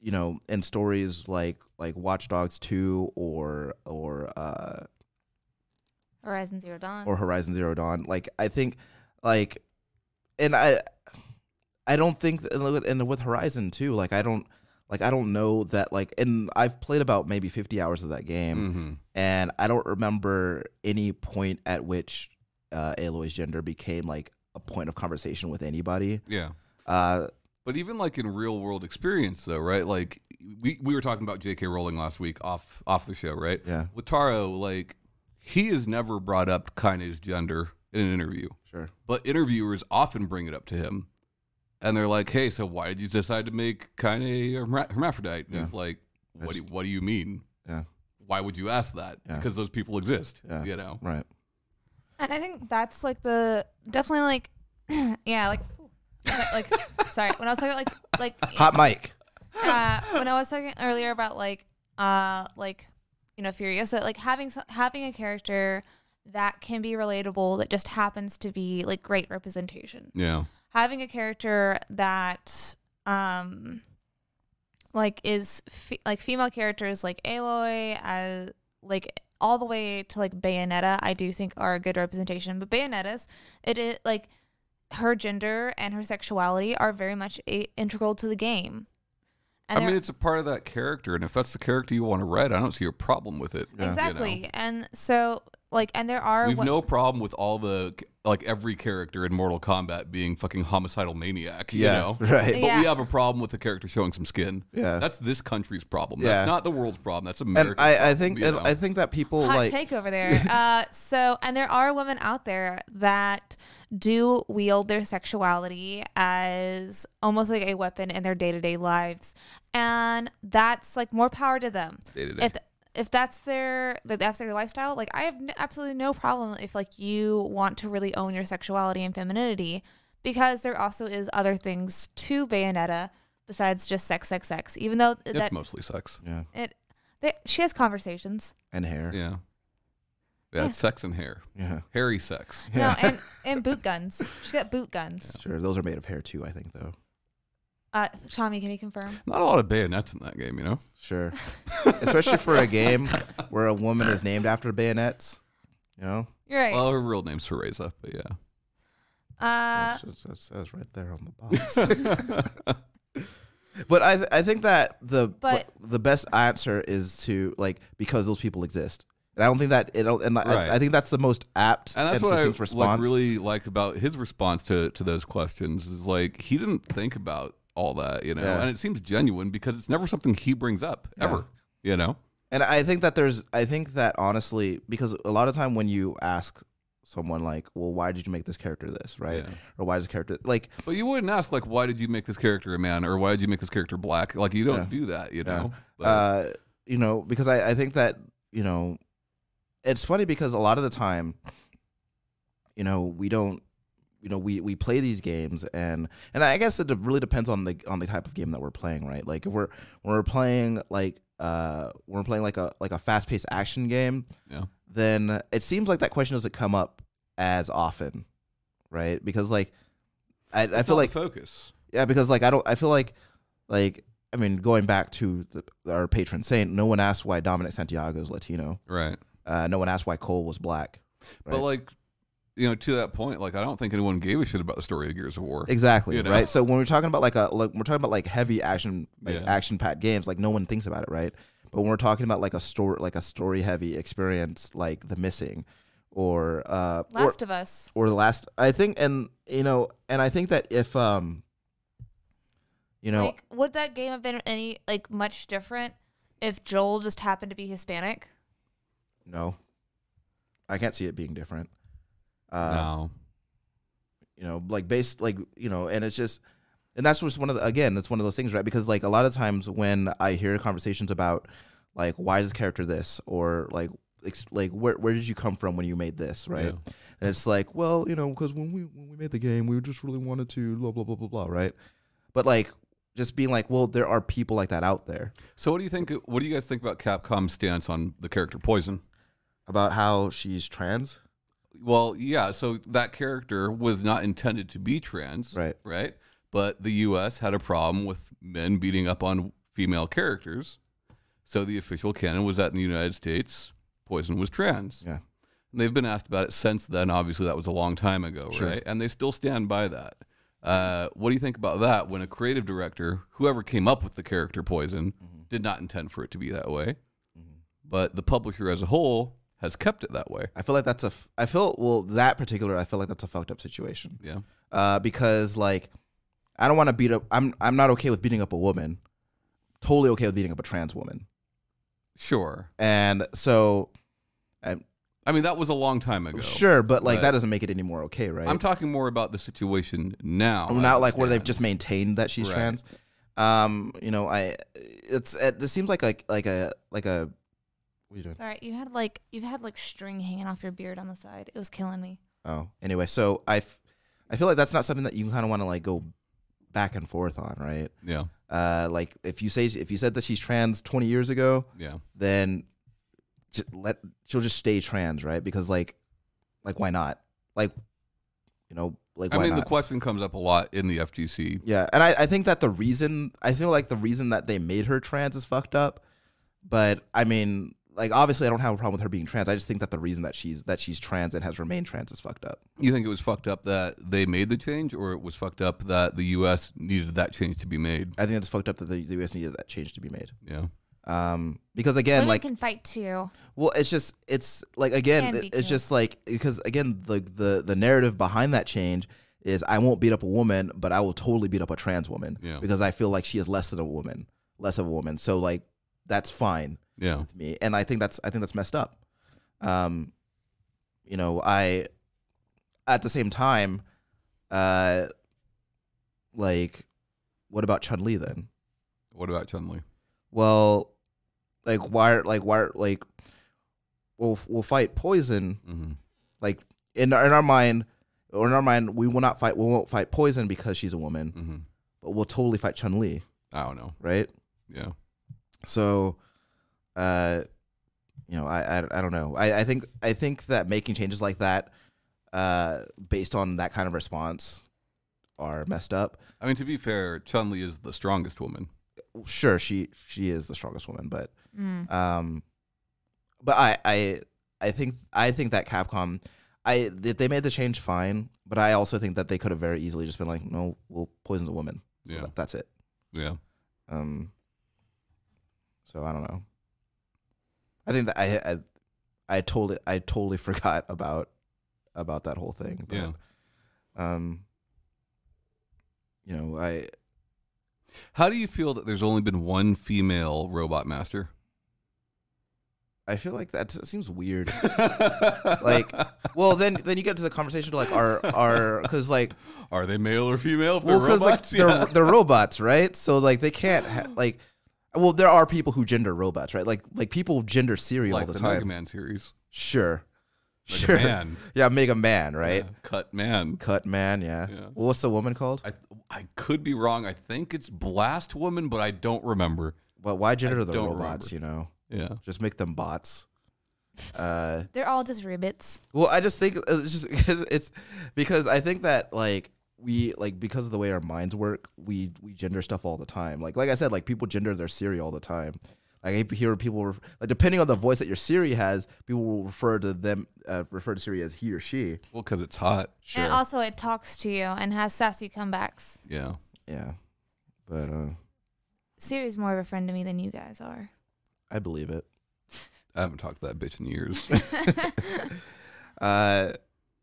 Speaker 3: you know, in stories like like Watch Dogs Two or or uh,
Speaker 1: Horizon Zero Dawn.
Speaker 3: or Horizon Zero Dawn, like I think like, and I I don't think and with- and with Horizon too, like I don't like I don't know that like and I've played about maybe fifty hours of that game
Speaker 2: hmm
Speaker 3: and I don't remember any point at which uh, Aloy's gender became like a point of conversation with anybody.
Speaker 2: Yeah.
Speaker 3: Uh,
Speaker 2: But even like in real world experience though, right? Like we, we were talking about JK Rowling last week off off the show, right?
Speaker 3: yeah,
Speaker 2: With Taro, like he has never brought up Kaine's gender in an interview.
Speaker 3: sure,
Speaker 2: But interviewers often bring it up to him. And they're like, hey, so why did you decide to make Kaine a herma- hermaphrodite? And
Speaker 3: Yeah.
Speaker 2: he's like, what, do,
Speaker 3: just-
Speaker 2: what do you mean?
Speaker 3: Yeah.
Speaker 2: Why would you ask that?
Speaker 3: Yeah.
Speaker 2: Because those people exist,
Speaker 3: Yeah.
Speaker 2: you know?
Speaker 3: right,
Speaker 1: And I think that's like the definitely like <clears throat> yeah like like like, <laughs> sorry when I was talking about, like like
Speaker 3: hot mic.
Speaker 1: uh, when I was talking earlier about like uh like you know Furiosa like having so- having a character that can be relatable that just happens to be like great representation
Speaker 2: Yeah.
Speaker 1: having a character that um like is fe- like female characters like Aloy as like all the way to like Bayonetta I do think are a good representation but Bayonetta's it is like her gender and her sexuality are very much a- integral to the game and
Speaker 2: I
Speaker 1: they're-
Speaker 2: mean, it's a part of that character. And if that's the character you want to write, I don't see a problem with it. you know?
Speaker 1: exactly and so like and there are
Speaker 2: We've
Speaker 1: wo-
Speaker 2: no problem with all the, like, every character in Mortal Kombat being fucking homicidal maniac, you know?
Speaker 3: right.
Speaker 2: But
Speaker 1: Yeah.
Speaker 2: we have a problem with the character showing some skin.
Speaker 3: Yeah.
Speaker 2: That's this country's problem.
Speaker 3: Yeah.
Speaker 2: That's not the world's problem. That's
Speaker 3: and
Speaker 2: America's
Speaker 3: I, I think
Speaker 2: you
Speaker 3: and
Speaker 2: know.
Speaker 3: I think that people
Speaker 1: hot
Speaker 3: like
Speaker 1: take over there. uh, so, and there are women out there that do wield their sexuality as almost like a weapon in their day to day lives, and that's like more power to them.
Speaker 2: Day-to-day.
Speaker 1: If if that's their that that's their lifestyle, like I have n- absolutely no problem if like you want to really own your sexuality and femininity, because there also is other things to Bayonetta besides just sex, sex, sex. Even though
Speaker 2: It's
Speaker 1: that
Speaker 2: mostly sex.
Speaker 3: yeah,
Speaker 1: it, they, she has conversations.
Speaker 3: and hair.
Speaker 2: Yeah. That's
Speaker 1: Yeah.
Speaker 2: sex and hair.
Speaker 3: Yeah,
Speaker 2: Hairy sex.
Speaker 1: No, and, and boot guns. She's got boot guns.
Speaker 3: <laughs> sure. Those are made of hair too, I think, though.
Speaker 1: Uh, Tommy, can you confirm?
Speaker 2: Not a lot of bayonets in that game, you know?
Speaker 3: Sure. Especially for a game where a woman is named after bayonets. You know,
Speaker 1: You're right.
Speaker 2: Well, her real name's Teresa, but yeah.
Speaker 1: uh,
Speaker 3: That's- that's- that says right there on the box. <laughs> but I, th- I think that the
Speaker 1: But-
Speaker 3: the best answer is to like because those people exist, and I don't think that it'll. And
Speaker 2: Right.
Speaker 3: I, I think that's the most apt
Speaker 2: And that's what I
Speaker 3: succinct
Speaker 2: like,
Speaker 3: response.
Speaker 2: really like about his response to, to those questions is like he didn't think about all that, you know?
Speaker 3: Yeah.
Speaker 2: And it seems genuine because it's never something he brings up, ever, you know?
Speaker 3: And I think that there's, I think that honestly, because a lot of time when you ask someone like, well, why did you make this character this, right?
Speaker 2: Yeah.
Speaker 3: Or why is this character like,
Speaker 2: But you wouldn't ask, like, why did you make this character a man or why did you make this character black? Like, you don't
Speaker 3: Yeah.
Speaker 2: do that, you know? But-
Speaker 3: uh, you know, because I, I think that you know, it's funny because a lot of the time, you know, we don't, you know, we we play these games and and I guess it de- really depends on the on the type of game that we're playing, right? Like if we're when we're playing like uh when we're playing like a like a fast paced action game,
Speaker 2: Yeah.
Speaker 3: then it seems like that question doesn't come up as often, right? Because like. I, I
Speaker 2: It's
Speaker 3: feel
Speaker 2: not the
Speaker 3: like
Speaker 2: focus.
Speaker 3: yeah, because like I don't, I feel like, like I mean, going back to the, our patron saint, no one asked why Dominic Santiago is Latino.
Speaker 2: Right.
Speaker 3: Uh, no one asked why Cole was black.
Speaker 2: But
Speaker 3: Right.
Speaker 2: like, you know, to that point, like I don't think anyone gave a shit about the story of Gears of War.
Speaker 3: Exactly.
Speaker 2: You know?
Speaker 3: Right. So when we're talking about like a, like we're talking about like heavy action, like
Speaker 2: Yeah.
Speaker 3: action packed games, like no one thinks about it, right? But when we're talking about like a story, like a story heavy experience, like The Missing, or uh, or-
Speaker 1: Last of Us.
Speaker 3: or the last, I think, and you know, and I think that if um, you know,
Speaker 1: Like, would that game have been any like much different if Joel just happened to be Hispanic?
Speaker 3: No. I can't see it being different. Uh,
Speaker 2: no.
Speaker 3: You know, like based, like, you know, and it's just, and that's just one of the, again, that's one of those things, right? Because, like, a lot of times when I hear conversations about, like, why is this character this? Or, like, ex- like where, where did you come from when you made this, right?
Speaker 2: Yeah.
Speaker 3: And it's like, well, you know, because when we when we made the game, we just really wanted to blah blah blah blah blah, right? But like, just being like, well, there are people like that out there.
Speaker 2: So what do you think? What do you guys think about Capcom's stance on the character Poison?
Speaker 3: About how she's trans,
Speaker 2: Well, yeah. So that character was not intended to be trans,
Speaker 3: right?
Speaker 2: right? But the U.S. had a problem with men beating up on female characters, so the official canon was that in the United States, Poison was trans.
Speaker 3: Yeah.
Speaker 2: And they've been asked about it since then. Obviously, that was a long time ago,
Speaker 3: Sure.
Speaker 2: right? And they still stand by that. Uh, what do you think about that when a creative director, whoever came up with the character Poison,
Speaker 3: Mm-hmm.
Speaker 2: did not intend for it to be that way, but the publisher as a whole has kept it that way?
Speaker 3: I feel like that's a. f- I feel well that particular. I feel like that's a fucked up situation.
Speaker 2: Yeah.
Speaker 3: Uh, because like, I don't want to beat up. I'm I'm not okay with beating up a woman. Totally okay with beating up a trans woman.
Speaker 2: Sure.
Speaker 3: And so,
Speaker 2: I mean, that was a long time ago.
Speaker 3: sure, but like
Speaker 2: Right.
Speaker 3: that doesn't make it any more okay, right?
Speaker 2: I'm talking more about the situation now.
Speaker 3: I'm
Speaker 2: as
Speaker 3: not
Speaker 2: it
Speaker 3: like where they've
Speaker 2: stands.
Speaker 3: just maintained that she's
Speaker 2: Right.
Speaker 3: trans. Um, you know, I it's it, this seems like like like a like a. What are you doing?
Speaker 1: Sorry, you had like you had like string hanging off your beard on the side. It was killing me.
Speaker 3: Oh, anyway, so I, f- I feel like that's not something that you kind of want to like go back and forth on, right?
Speaker 2: Yeah.
Speaker 3: Uh, like if you say if you said that she's trans 20 years ago,
Speaker 2: Yeah.
Speaker 3: then j- let she'll just stay trans, right? Because like, like why not? Like, you know, like
Speaker 2: I
Speaker 3: why
Speaker 2: mean,
Speaker 3: not?
Speaker 2: the question comes up a lot in the FGC.
Speaker 3: yeah, and I, I think that the reason I feel like the reason that they made her trans is fucked up. But I mean, like obviously I don't have a problem with her being trans. I just think that the reason that she's that she's trans and has remained trans is fucked up.
Speaker 2: You think it was fucked up that they made the change, or it was fucked up that the U.S. needed that change to be made?
Speaker 3: I think it's fucked up that the, the US needed that change to be made.
Speaker 2: Yeah.
Speaker 3: Um, because again,
Speaker 1: Women
Speaker 3: like
Speaker 1: can fight too.
Speaker 3: Well, it's just it's like
Speaker 1: Can
Speaker 3: again,
Speaker 1: be
Speaker 3: it-
Speaker 1: killed.
Speaker 3: it's just like because again, the the the narrative behind that change is I won't beat up a woman, but I will totally beat up a trans woman
Speaker 2: Yeah.
Speaker 3: because I feel like she is less than a woman, less of a woman. So like that's fine
Speaker 2: Yeah.
Speaker 3: with me, and I think that's I think that's messed up. Um, you know, I at the same time, uh, like what about Chun Li then?
Speaker 2: What about Chun Li?
Speaker 3: well, like why, are- like why, are- like we'll we'll fight poison.
Speaker 2: Mm-hmm.
Speaker 3: Like in our, in our mind, or in our mind, we will not fight. We won't fight poison because she's a woman,
Speaker 2: Mm-hmm.
Speaker 3: but we'll totally fight Chun Li,
Speaker 2: I don't know.
Speaker 3: right?
Speaker 2: Yeah.
Speaker 3: So, uh, you know, I, I, I don't know. I, I think I think that making changes like that, uh, based on that kind of response, are messed up.
Speaker 2: I mean, to be fair, Chun Li is the strongest woman.
Speaker 3: Sure, she she is the strongest woman, but
Speaker 1: Mm.
Speaker 3: um, but I I I think I think that Capcom, I that they made the change fine, but I also think that they could have very easily just been like, no, we'll poison the woman. So
Speaker 2: Yeah.
Speaker 3: that- that's it.
Speaker 2: Yeah.
Speaker 3: Um, so I don't know. I think that I I, I totally I totally <laughs> forgot about about that whole thing. but,
Speaker 2: Yeah.
Speaker 3: Um. You know, I
Speaker 2: How do you feel that there's only been one female robot
Speaker 3: <laughs>
Speaker 2: master?
Speaker 3: I feel like that that seems weird.
Speaker 2: <laughs>
Speaker 3: Like- well, then then you get to the conversation to like our our because like
Speaker 2: are they male or female for
Speaker 3: well because like
Speaker 2: robots?
Speaker 3: they're
Speaker 2: Yeah.
Speaker 3: they're robots, right? So like they
Speaker 2: <sighs>
Speaker 3: can't ha- like. Well, there are people who gender robots, right? Like like people gender Siri
Speaker 2: like
Speaker 3: all the,
Speaker 2: the
Speaker 3: time.
Speaker 2: Mega Man series.
Speaker 3: Sure,
Speaker 2: Mega
Speaker 3: sure.
Speaker 2: Man.
Speaker 3: <laughs> Yeah, Mega Man, right?
Speaker 2: Yeah. Cut man.
Speaker 3: Cut man, yeah.
Speaker 2: Yeah.
Speaker 3: Well, what's the woman called?
Speaker 2: I I could be wrong. I think it's Blast Woman, but I don't remember.
Speaker 3: Well, why gender
Speaker 2: I
Speaker 3: the
Speaker 2: don't
Speaker 3: robots? You know,
Speaker 2: Yeah.
Speaker 3: just make them bots. Uh,
Speaker 1: They're all just ribbits.
Speaker 3: well, I just think uh, it's just <laughs> because it's because I think that like we like because of the way our minds work, we we gender stuff all the time. Like like I said, like people gender their Siri all the time. Like I hear people ref- like depending on the voice that your Siri has, people will refer to them uh, refer to Siri as he or she.
Speaker 2: Well, because it's hot.
Speaker 1: And also, it talks to you and has sassy comebacks.
Speaker 2: Yeah.
Speaker 3: yeah, but uh,
Speaker 1: Siri's more of a friend to me than you guys are. <laughs>
Speaker 3: I believe it.
Speaker 2: I haven't talked to that bitch in years.
Speaker 3: Uh,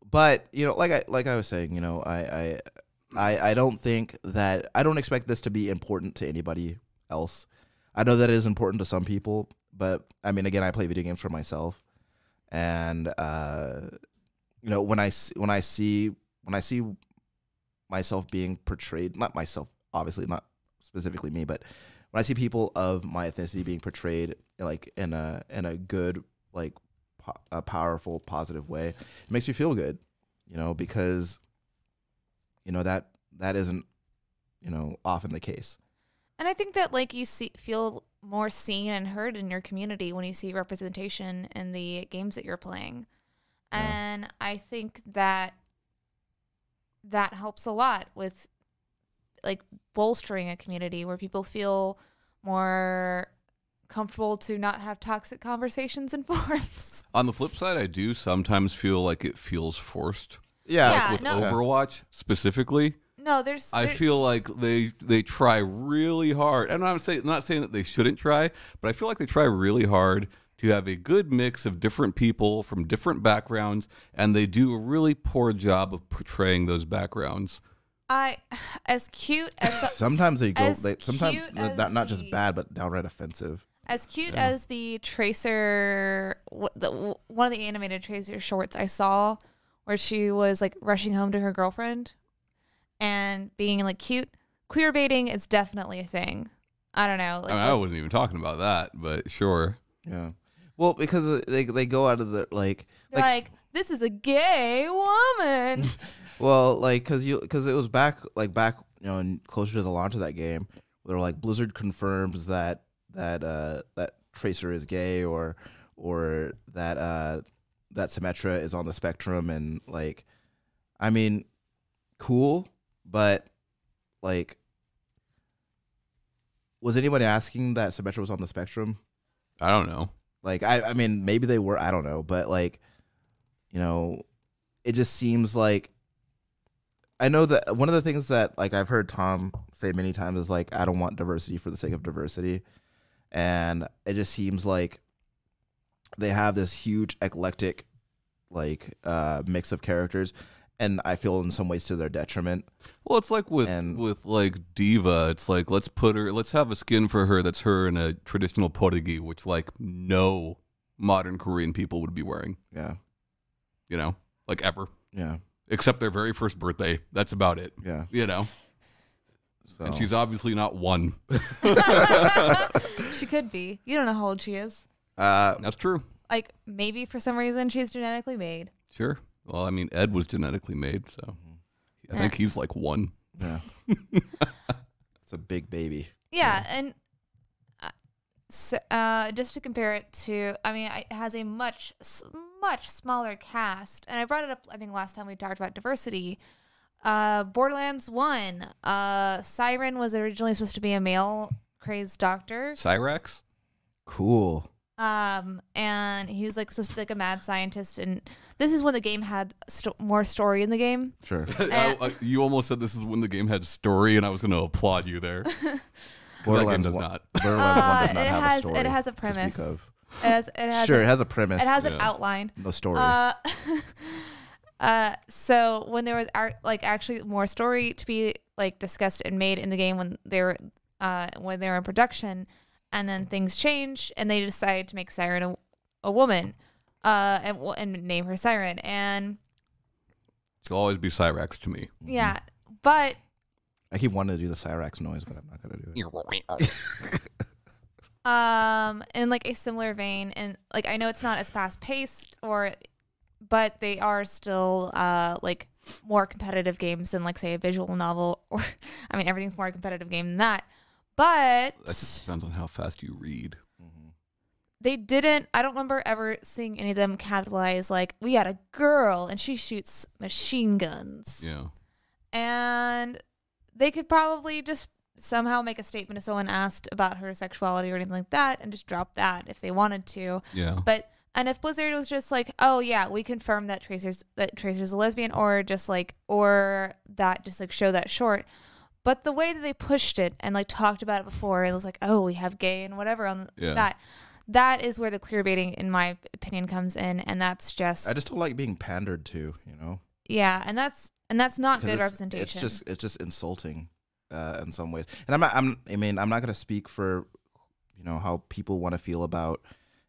Speaker 3: but you know, like I like I was saying, you know, I I I, I don't think that I don't expect this to be important to anybody else. I know that it is important to some people, but I mean, again, I play video games for myself, and uh, you know, when I s- when I see when I see myself being portrayed, not myself, obviously, not specifically me, but when I see people of my ethnicity being portrayed like in a in a good like po- a powerful positive way, it makes me feel good, you know, because you know that that isn't you know often the case.
Speaker 1: And I think that like you see feel more seen and heard in your community when you see representation in the games that you're playing.
Speaker 3: Yeah.
Speaker 1: And I think that that helps a lot with like bolstering a community where people feel more comfortable to not have toxic conversations and <laughs> forums.
Speaker 2: On the flip side, I do sometimes feel like it feels forced.
Speaker 1: Yeah,
Speaker 2: With
Speaker 1: no.
Speaker 2: Overwatch specifically,
Speaker 1: No, there's
Speaker 2: I
Speaker 1: there-
Speaker 2: feel like they they try really hard. And I'm saying not saying that they shouldn't try, but I feel like they try really hard to have a good mix of different people from different backgrounds, and they do a really poor job of portraying those backgrounds.
Speaker 1: I <sighs> as cute
Speaker 2: <laughs>
Speaker 1: as so-
Speaker 3: Sometimes they go.
Speaker 1: As
Speaker 3: They, sometimes
Speaker 1: cute
Speaker 3: not
Speaker 1: as
Speaker 3: not just
Speaker 1: the-
Speaker 3: bad, but downright offensive.
Speaker 1: As cute as the Tracer, wh- the, wh- one of the animated Tracer shorts I saw, where she was like rushing home to her girlfriend and being like cute, queer baiting is definitely a thing. I don't know. Like,
Speaker 2: I mean, I wasn't even talking about that, but sure.
Speaker 3: Yeah. Well, because they they go out of the like
Speaker 1: they're like, this is a gay woman.
Speaker 3: Well, like because you because it was back like back you know in- closer to the launch of that game, they were like Blizzard confirms that that uh that Tracer is gay or or that uh that Symmetra is on the spectrum and like, I mean, cool, but like, was anyone asking that Symmetra was on the spectrum?
Speaker 2: I don't know.
Speaker 3: Like I, I mean, maybe they were. I don't know, but like, you know, it just seems like I know that one of the things that like I've heard Tom say many times is like I don't want diversity for the sake of diversity, and it just seems like they have this huge eclectic like uh, mix of characters, and I feel in some ways to their detriment.
Speaker 2: Well, it's like with
Speaker 3: And-
Speaker 2: with like diva. It's like let's put her, let's have a skin for her that's her in a traditional porigi, which like no modern Korean people would be wearing.
Speaker 3: Yeah,
Speaker 2: You know, like ever,
Speaker 3: yeah,
Speaker 2: except their very first birthday. That's about it.
Speaker 3: yeah.
Speaker 2: You know,
Speaker 3: So
Speaker 2: and she's obviously not one.
Speaker 1: she could be. You don't know how old she is.
Speaker 3: uh,
Speaker 2: That's true.
Speaker 1: Like maybe for some reason she's genetically made.
Speaker 2: Sure. Well, I mean, Ed was genetically made, so I think he's like one.
Speaker 3: <laughs> yeah, it's a big baby.
Speaker 1: Yeah, and uh, So, uh, just to compare it to, I mean, it has a much, s- much smaller cast. And I brought it up, I think, last time we talked about diversity. Uh, Borderlands 1, uh, Siren was originally supposed to be a male crazed doctor.
Speaker 2: Cyrax? <laughs>
Speaker 3: Cool.
Speaker 1: Um, and he was like supposed to be like a mad scientist. And this is when the game had st- more story in the game.
Speaker 3: Sure.
Speaker 2: I- I- you almost said this is when the game had story, and I was going to applaud you there. 'Cause that game
Speaker 3: Borderlands
Speaker 2: does
Speaker 3: one-
Speaker 2: not.
Speaker 3: Borderlands one
Speaker 1: Uh,
Speaker 3: does not
Speaker 1: it
Speaker 3: have
Speaker 1: has-
Speaker 3: a
Speaker 1: it
Speaker 3: story.
Speaker 1: has a
Speaker 3: to speak
Speaker 1: premise.
Speaker 3: of.
Speaker 1: It has, it has,
Speaker 3: Sure,
Speaker 1: a-
Speaker 3: it has a premise.
Speaker 1: it has an
Speaker 2: Yeah.
Speaker 1: outline.
Speaker 3: no story.
Speaker 1: Uh, uh, so when there was ar- like actually more story to be like discussed and made in the game when they were uh, when they were in production, and then things changed and they decided to make Siren a, a woman, uh, and, w- and name her Siren and
Speaker 2: It'll always be Cyrax to me.
Speaker 1: yeah, but
Speaker 3: I keep wanting to do the Cyrax noise, but I'm not gonna do it.
Speaker 1: um in like a similar vein and like I know it's not as fast paced or but they are still uh like more competitive games than like say a visual novel or <laughs> I mean everything's more competitive game than that. But
Speaker 2: That just depends on how fast you read.
Speaker 1: they didn't I don't remember ever seeing any of them capitalize like we had a girl and she shoots machine guns.
Speaker 2: Yeah.
Speaker 1: and they could probably just somehow make a statement if someone asked about her sexuality or anything like that and just drop that if they wanted to
Speaker 2: Yeah.
Speaker 1: but and if blizzard was just like oh yeah we confirmed that tracer's that tracer's a lesbian or just like or that just like show that short but the way that they pushed it and like talked about it before it was like oh we have gay and whatever on
Speaker 2: Yeah.
Speaker 1: that that is where the queer baiting in my opinion comes in and that's just,
Speaker 3: I just don't like being pandered to, you know.
Speaker 1: yeah and that's and that's not
Speaker 3: 'Cause
Speaker 1: good
Speaker 3: it's-
Speaker 1: representation
Speaker 3: It's just it's just insulting uh, in some ways. And I'm not I'm I mean I'm not gonna speak for you know how people want to feel about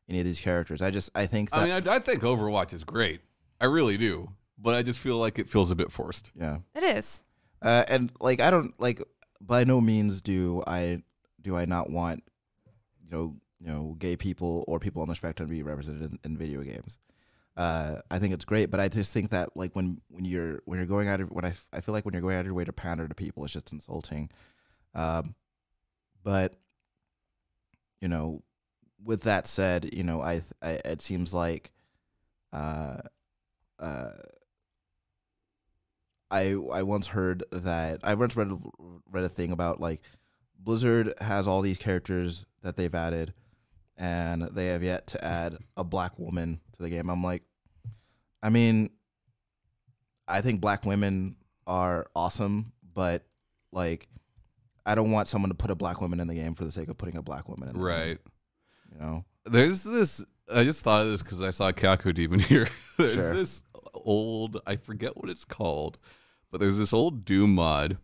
Speaker 3: any of these characters. I just I think that
Speaker 2: I mean, I, I think Overwatch is great. I really do. But I just feel like it feels a bit forced.
Speaker 3: yeah.
Speaker 1: it is
Speaker 3: Uh, and like I don't like by no means do I do I not want you know you know gay people or people on the spectrum to be represented in, in video games. Uh, I think it's great, but I just think that like when when you're when you're going out of when I, f- I feel like when you're going out of your way to pander to people, it's just insulting. Um, but you know, with that said, you know I, th- I it seems like uh uh. I I once heard that I once read read a thing about like Blizzard has all these characters that they've added, and they have yet to add a black woman to the game. I'm like, I mean, I think black women are awesome, but like, I don't want someone to put a black woman in the game for the sake of putting a black woman in. The game,
Speaker 2: Right.
Speaker 3: you know.
Speaker 2: There's this. I just thought of this because I saw Kaku Demon here. <laughs> there's
Speaker 3: Sure.
Speaker 2: this old. I forget what it's called, but there's this old Doom mod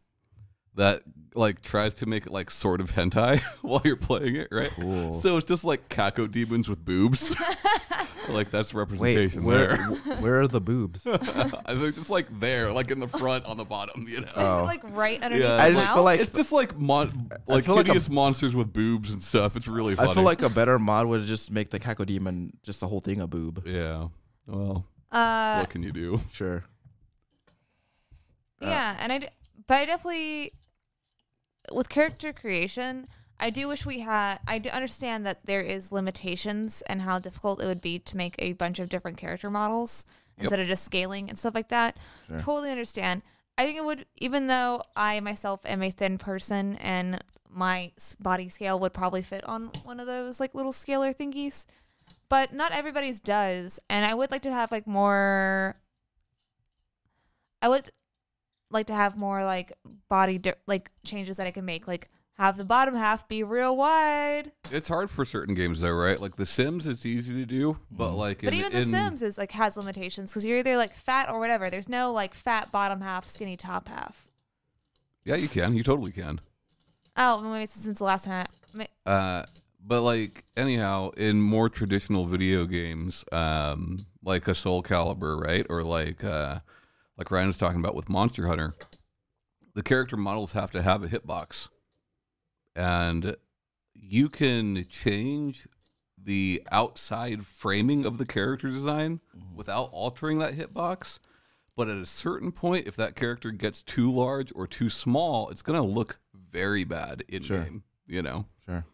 Speaker 2: that like tries to make it like sort of hentai <laughs> while you're playing it, right?
Speaker 3: Cool.
Speaker 2: So it's just like Kako demons with boobs. <laughs> like that's
Speaker 3: Wait,
Speaker 2: representation
Speaker 3: where
Speaker 2: there.
Speaker 3: where are
Speaker 1: <laughs>
Speaker 3: the boobs?
Speaker 2: <laughs> I think it's like there, like in the front on the bottom, you know.
Speaker 3: Oh.
Speaker 1: This is like right underneath
Speaker 2: Yeah.
Speaker 1: the
Speaker 2: I
Speaker 3: just feel
Speaker 1: mouth.
Speaker 3: like-
Speaker 2: it's just like mon-
Speaker 3: Uh, I
Speaker 2: like
Speaker 3: feel like a-
Speaker 2: hideous monsters with boobs and stuff. It's really funny.
Speaker 3: I feel like a better mod would just make the Kako Demon just the whole thing a boob.
Speaker 2: yeah. Well,
Speaker 1: uh,
Speaker 2: what can you do?
Speaker 3: Sure.
Speaker 1: yeah, and I d- but I definitely with character creation, I do wish we had. I do understand that there is limitations and how difficult it would be to make a bunch of different character models instead of just scaling and stuff like that. Totally understand. I think it would, even though I myself am a thin person and my s- body scale would probably fit on one of those like little scalar thingies, but not everybody's does. And I would like to have like more. I would like to have more like body di- like changes that I can make, like have the bottom half be real wide.
Speaker 2: It's hard for certain games though, right? Like The Sims, it's easy to do, but like
Speaker 1: Mm-hmm. But
Speaker 2: in,
Speaker 1: even The
Speaker 2: in-
Speaker 1: Sims is like has limitations because you're either like fat or whatever. There's no like fat bottom half, skinny top half.
Speaker 2: yeah, you can. You totally can.
Speaker 1: Oh, well, maybe it's since the last time. I- ma-
Speaker 2: Uh, but like anyhow, in more traditional video games, um, like a Soul Calibur, right, or like uh, like Ryan was talking about with Monster Hunter, the character models have to have a hitbox, and you can change the outside framing of the character design without altering that hitbox. But at a certain point, if that character gets too large or too small, it's gonna look very bad in game. You know.
Speaker 3: Sure.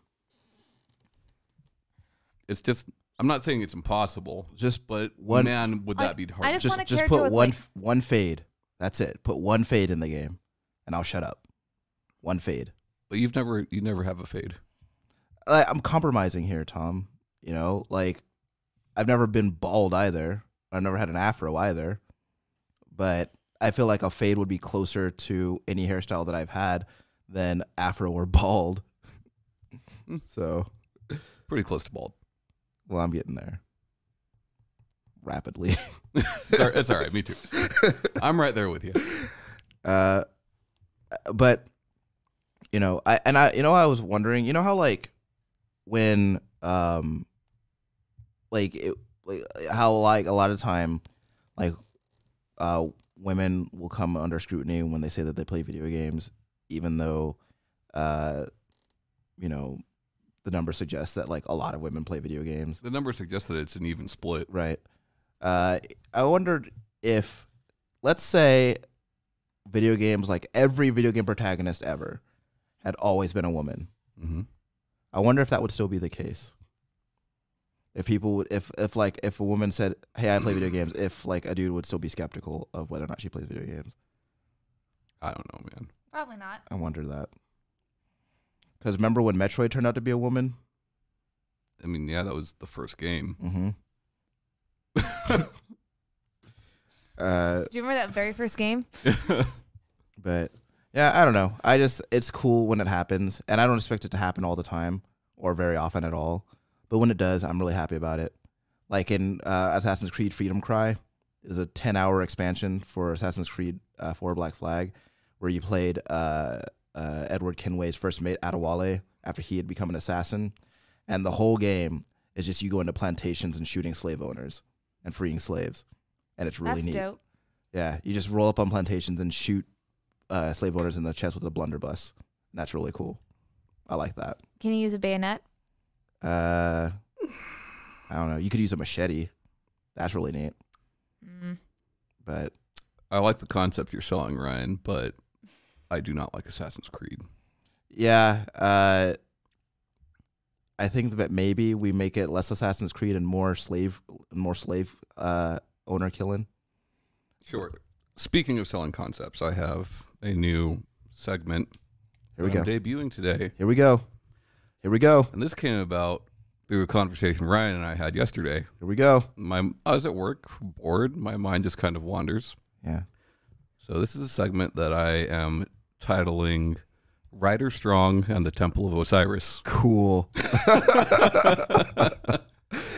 Speaker 2: it's just I'm not saying it's impossible,
Speaker 3: Just
Speaker 2: but
Speaker 3: One-
Speaker 2: man, would
Speaker 1: Like,
Speaker 2: that be hard?
Speaker 1: I just
Speaker 3: just
Speaker 1: want a
Speaker 3: just
Speaker 1: character
Speaker 3: put
Speaker 1: with,
Speaker 3: one
Speaker 1: like-
Speaker 3: f one fade. That's it. Put one fade in the game, and I'll shut up. One fade.
Speaker 2: but you've never you never have a fade.
Speaker 3: I, I'm compromising here, Tom. You know, like I've never been bald either. I've never had an afro either. But I feel like a fade would be closer to any hairstyle that I've had than afro or bald. <laughs>
Speaker 2: Hmm.
Speaker 3: so,
Speaker 2: Pretty close to
Speaker 3: <laughs>
Speaker 2: bald.
Speaker 3: well, I'm getting there rapidly. <laughs>
Speaker 2: It's all- it's all right. Me too. I'm right there with you.
Speaker 3: Uh, but you know, I and I you know I was wondering, you know how like when um like it like how like a lot of time like uh women will come under scrutiny when they say that they play video games even though uh you know the number suggests that like a lot of women play video games
Speaker 2: The number suggests that it's an even split.
Speaker 3: Right. Uh, I wondered if, let's say, video games like every video game protagonist ever had always been a woman.
Speaker 2: Mm-hmm.
Speaker 3: I wonder if that would still be the case. If people would, if if like if a woman said, "Hey, I play video games," if like a dude would still be skeptical of whether or not she plays video games.
Speaker 2: I don't know, man.
Speaker 1: Probably not.
Speaker 3: I wonder that. Because remember when Metroid turned out to be a woman?
Speaker 2: I mean, yeah, that was the first game. <laughs>
Speaker 3: Mm-hmm. Uh,
Speaker 1: Do you remember that very first game?
Speaker 3: But yeah, I don't know. I just it's cool when it happens, and I don't expect it to happen all the time or very often at all. But when it does, I'm really happy about it. Like in uh, Assassin's Creed Freedom Cry, is a 10 hour expansion for Assassin's Creed uh, 4 Black Flag, where you played uh, uh, Edward Kenway's first mate Adewale after he had become an assassin, and the whole game is just you going to plantations and shooting slave owners and freeing slaves, and it's really
Speaker 1: That's
Speaker 3: neat.
Speaker 1: dope.
Speaker 3: Yeah, you just roll up on plantations and shoot uh, slave owners in the chest with a blunderbuss. And that's really cool. I like that.
Speaker 1: Can you use a bayonet?
Speaker 3: Uh, <sighs> I don't know. You could use a machete. That's really neat.
Speaker 1: Mm.
Speaker 3: But
Speaker 2: I like the concept you're selling, Ryan, but I do not like Assassin's Creed.
Speaker 3: yeah, uh, I think that maybe we make it less Assassin's Creed and more slave, more slave uh, owner killing.
Speaker 2: Sure. Speaking of selling concepts, I have a new segment
Speaker 3: Here we
Speaker 2: that
Speaker 3: go.
Speaker 2: I'm debuting today.
Speaker 3: Here we go. Here we go.
Speaker 2: And this came about through a conversation Ryan and I had yesterday.
Speaker 3: Here we go.
Speaker 2: My I was at work, bored. My mind just kind of wanders.
Speaker 3: Yeah.
Speaker 2: So this is a segment that I am titling Rider Strong and the Temple of Osiris.
Speaker 3: Cool. <laughs>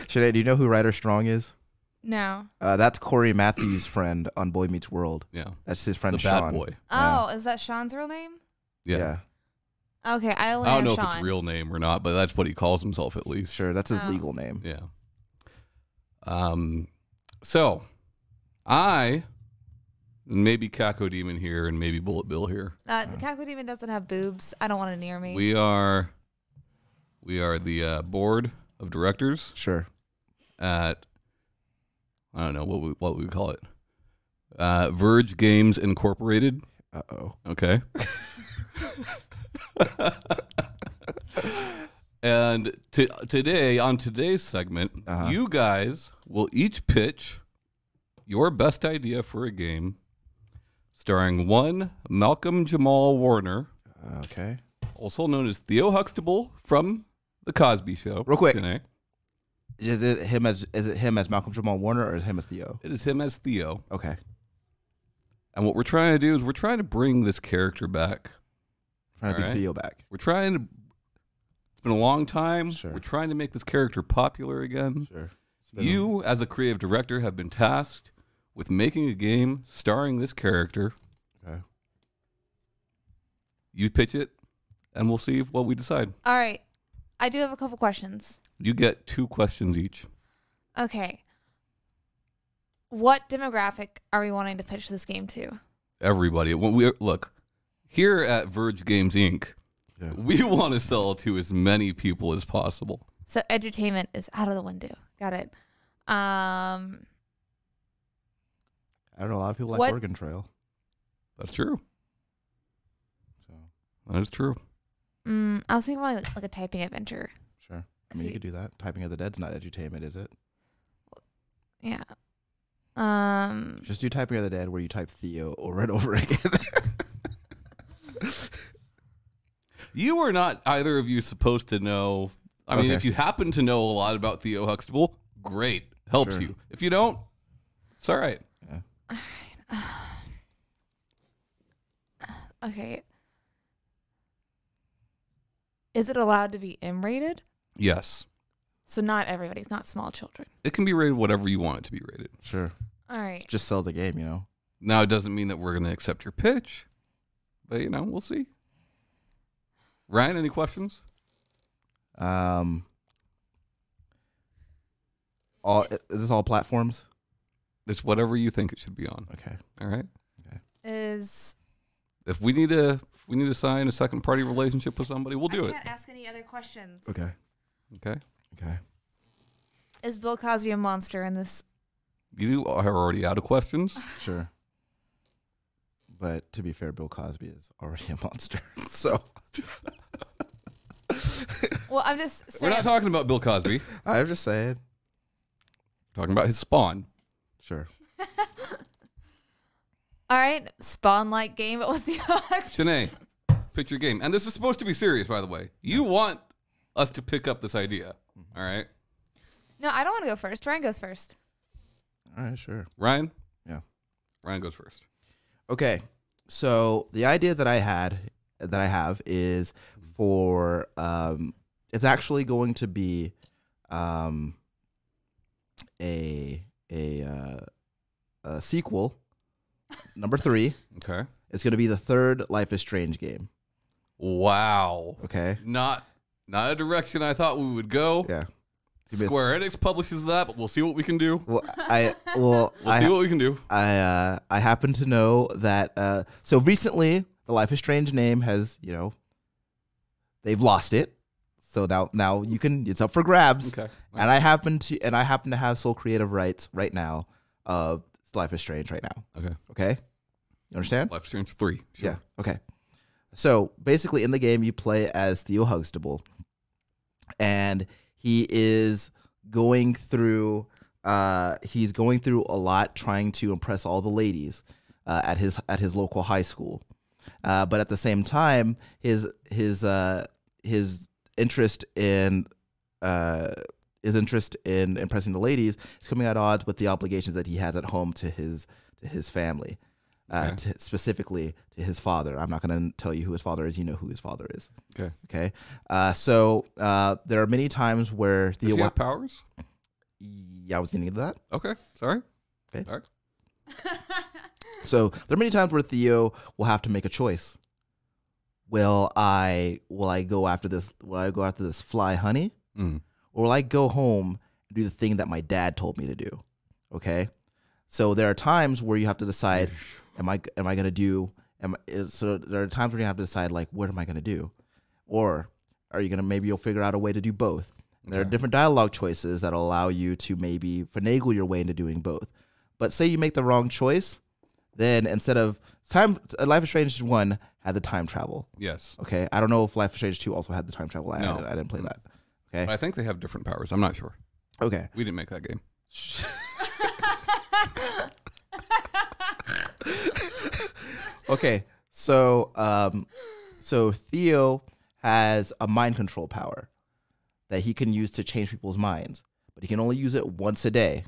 Speaker 3: Shanae, do you know who Ryder Strong is?
Speaker 1: No.
Speaker 3: Uh, that's Corey Matthews' friend on Boy Meets World.
Speaker 2: Yeah.
Speaker 3: That's his friend
Speaker 2: The
Speaker 3: Sean.
Speaker 2: bad boy.
Speaker 3: Yeah.
Speaker 1: Oh, is that Sean's real name?
Speaker 2: Yeah.
Speaker 1: Okay, I only
Speaker 2: I don't know
Speaker 1: know,
Speaker 2: if
Speaker 1: Sean.
Speaker 2: it's a real name or not, but that's what he calls himself at least.
Speaker 3: sure. That's his
Speaker 1: Oh.
Speaker 3: legal name.
Speaker 2: Yeah. Um, so I, maybe Kako Demon here and maybe Bullet Bill here.
Speaker 1: Uh, the Cackle Demon doesn't have boobs. I don't want it near me.
Speaker 2: We are, we are the uh, board of directors
Speaker 3: Sure.
Speaker 2: at, I don't know what we, what we call it, uh, Verge Games Incorporated.
Speaker 3: Uh oh.
Speaker 2: Okay. <laughs> and to, today, on today's segment,
Speaker 3: Uh-huh.
Speaker 2: you guys will each pitch your best idea for a game starring one Malcolm Jamal Warner,
Speaker 3: Okay.
Speaker 2: also known as Theo Huxtable from The Cosby Show.
Speaker 3: Real quick.
Speaker 2: Today.
Speaker 3: Is it him as is it him as Malcolm Jamal Warner or is it him as Theo?
Speaker 2: It is him as Theo.
Speaker 3: Okay.
Speaker 2: And what we're trying to do is we're trying to bring this character back.
Speaker 3: Trying to
Speaker 2: All
Speaker 3: bring
Speaker 2: right.
Speaker 3: Theo back.
Speaker 2: We're trying to. It's been a long time.
Speaker 3: Sure.
Speaker 2: We're trying to make this character popular again.
Speaker 3: Sure.
Speaker 2: You, as a creative director, have been tasked with making a game starring this character.
Speaker 3: Okay.
Speaker 2: You pitch it, and we'll see what we decide.
Speaker 1: All right. I do have a couple questions.
Speaker 2: You get two questions each.
Speaker 1: Okay. What demographic are we wanting to pitch this game to?
Speaker 2: Everybody, when we look here at Verge Games Inc.,
Speaker 3: Yeah.
Speaker 2: we <laughs> want to sell to as many people as possible.
Speaker 1: So edutainment is out of the window. Got it. Um,
Speaker 3: I don't know. A lot of people like
Speaker 1: What-
Speaker 3: Oregon Trail.
Speaker 2: That's true.
Speaker 3: So
Speaker 2: That is true.
Speaker 1: mm, I was thinking about like, like a typing adventure.
Speaker 3: sure. I mean,
Speaker 1: See-
Speaker 3: you could do that. Typing of the Dead's not edutainment, is it?
Speaker 1: Yeah. Um.
Speaker 3: Just do Typing of the Dead where you type Theo over and over <laughs> again.
Speaker 2: You were not either of you supposed to know. I mean,
Speaker 3: Okay.
Speaker 2: if you happen to know a lot about Theo Huxtable, great, helps
Speaker 3: Sure.
Speaker 2: you. If you don't, it's all right.
Speaker 1: Okay. Is it allowed to be M rated?
Speaker 2: Yes,
Speaker 1: So not everybody's not small children.
Speaker 2: it can be rated whatever you want it to be rated.
Speaker 3: sure.
Speaker 1: All right.
Speaker 3: Just sell the game, you know?
Speaker 2: Now, it doesn't mean that we're going to accept your pitch, but you know, we'll see. Ryan, any questions?
Speaker 3: Um, all is this all platforms?
Speaker 2: It's whatever you think it should be on.
Speaker 3: Okay.
Speaker 2: All right.
Speaker 1: Is
Speaker 2: If we need to, if we need to sign a second party relationship with somebody, we'll do
Speaker 1: I
Speaker 2: it.
Speaker 1: can't ask any other questions.
Speaker 3: Okay.
Speaker 2: Okay.
Speaker 3: Okay.
Speaker 1: Is Bill Cosby a monster in this?
Speaker 2: You are already out of questions.
Speaker 3: Sure. But to be fair, Bill Cosby is already <laughs> a monster. So
Speaker 1: Well, I'm just
Speaker 2: We're
Speaker 1: saying.
Speaker 2: not talking about Bill Cosby.
Speaker 3: I'm just saying.
Speaker 2: talking about his spawn.
Speaker 3: Sure.
Speaker 1: All right, Spawn-like game, but with the ox.
Speaker 2: Shanae, pitch your game. And this is supposed to be serious, by the way. You want us to pick up this idea.
Speaker 3: Mm-hmm.
Speaker 2: All right.
Speaker 1: No, I don't want to go first. Ryan goes first.
Speaker 3: All right, sure.
Speaker 2: Ryan?
Speaker 3: Yeah.
Speaker 2: Ryan goes first.
Speaker 3: Okay. So the idea that I had that I have is for um it's actually going to be um a a uh, a sequel number 3.
Speaker 2: Okay.
Speaker 3: It's going to be the third Life is Strange game,
Speaker 2: Wow.
Speaker 3: okay?
Speaker 2: Not not a direction I thought we would go.
Speaker 3: Yeah. It's gonna be a-
Speaker 2: Square Enix publishes that, but we'll see what we can do.
Speaker 3: Well, I well
Speaker 2: <laughs> We'll see
Speaker 3: I
Speaker 2: what we can do.
Speaker 3: I uh, I happen to know that uh, so recently the Life is Strange name has you know they've lost it, so now now you can it's up for grabs.
Speaker 2: Okay.
Speaker 3: And I happen to and I happen to have sole creative rights right now of Life is Strange right now.
Speaker 2: Okay.
Speaker 3: Okay, you understand?
Speaker 2: Life Strange 3. Sure.
Speaker 3: Yeah. Okay. So basically, in the game, you play as Theo Huxtable, and he is going through. Uh, he's going through a lot, trying to impress all the ladies uh, at his at his local high school. Uh, but at the same time, his his uh, his interest in uh, his interest in impressing the ladies is coming at odds with the obligations that he has at home to his to his family, uh,
Speaker 2: Okay.
Speaker 3: to, specifically to his father. I'm not going to tell you who his father is. You know who his father is.
Speaker 2: Okay.
Speaker 3: Okay. Uh, so uh, there are many times where
Speaker 2: Does
Speaker 3: Theo.
Speaker 2: he have powers?
Speaker 3: yeah, I was getting into that.
Speaker 2: Okay. Sorry.
Speaker 3: Okay.
Speaker 2: Sorry.
Speaker 3: So there are many times where Theo will have to make a choice. Will I will I go after this? Will I go after this fly, honey?
Speaker 2: Mm.
Speaker 3: or will I go home and do the thing that my dad told me to do? Okay. So there are times where you have to decide, am I am I gonna do? Am is, so there are times where you have to decide like, what am I gonna do, or are you gonna maybe you'll figure out a way to do both. There are
Speaker 2: Okay.
Speaker 3: different dialogue choices that'll allow you to maybe finagle your way into doing both. But say you make the wrong choice, then instead of time, Life is Strange one had the time travel.
Speaker 2: Yes.
Speaker 3: Okay, I don't know if Life is Strange two also had the time travel. I, I
Speaker 2: No.
Speaker 3: didn't, I didn't play that.
Speaker 2: But I think they have different powers. I'm not sure.
Speaker 3: Okay,
Speaker 2: We didn't make that game.
Speaker 3: okay so um so theo has a mind control power that he can use to change people's minds but he can only use it once a day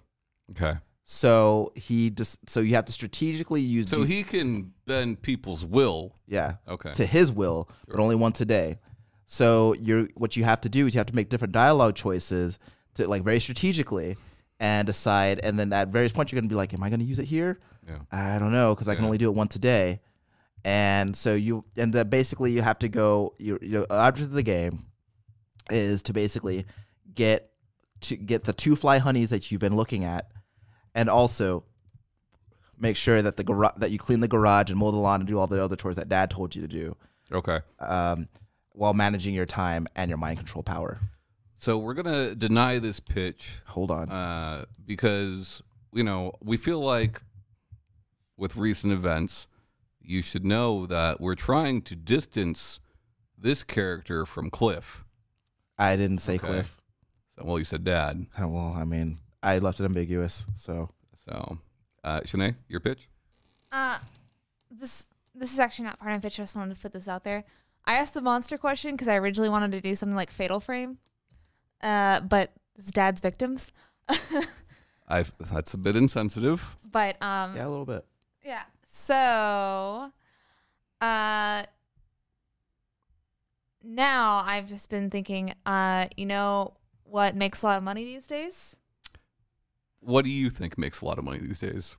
Speaker 2: Okay.
Speaker 3: so he just so you have to strategically use
Speaker 2: So
Speaker 3: the-
Speaker 2: he can bend people's will.
Speaker 3: yeah
Speaker 2: Okay.
Speaker 3: to his will but only once a day so you're what you have to do is you have to make different dialogue choices to like very strategically and decide and then at various points you're going to be like am i going to use it here
Speaker 2: Yeah.
Speaker 3: I don't know because I can
Speaker 2: Yeah.
Speaker 3: only do it once a day, and so you and that basically you have to go. Your your object of the game is to basically get to get the two fly honeys that you've been looking at, and also make sure that the garage that you clean the garage and mow the lawn and do all the other chores that Dad told you to do,
Speaker 2: Okay.
Speaker 3: um, while managing your time and your mind control power.
Speaker 2: So we're gonna deny this pitch
Speaker 3: Hold on.
Speaker 2: uh, because you know we feel like with recent events, you should know that we're trying to distance this character from Cliff.
Speaker 3: I didn't say
Speaker 2: okay.
Speaker 3: Cliff.
Speaker 2: Well, you said dad.
Speaker 3: Uh, Well, I mean, I left it ambiguous, so
Speaker 2: So, uh, Shanae, your pitch?
Speaker 1: Uh, this this is actually not part of it. I just wanted to put this out there. I asked the monster question because I originally wanted to do something like Fatal Frame, uh, but it's Dad's victims. <laughs>
Speaker 2: i that's a bit insensitive.
Speaker 1: But um,
Speaker 3: Mm. yeah, a little bit.
Speaker 1: Yeah. So, uh, now I've just been thinking, uh, you know what makes a lot of money these days?
Speaker 2: What do you think makes a lot of money these days?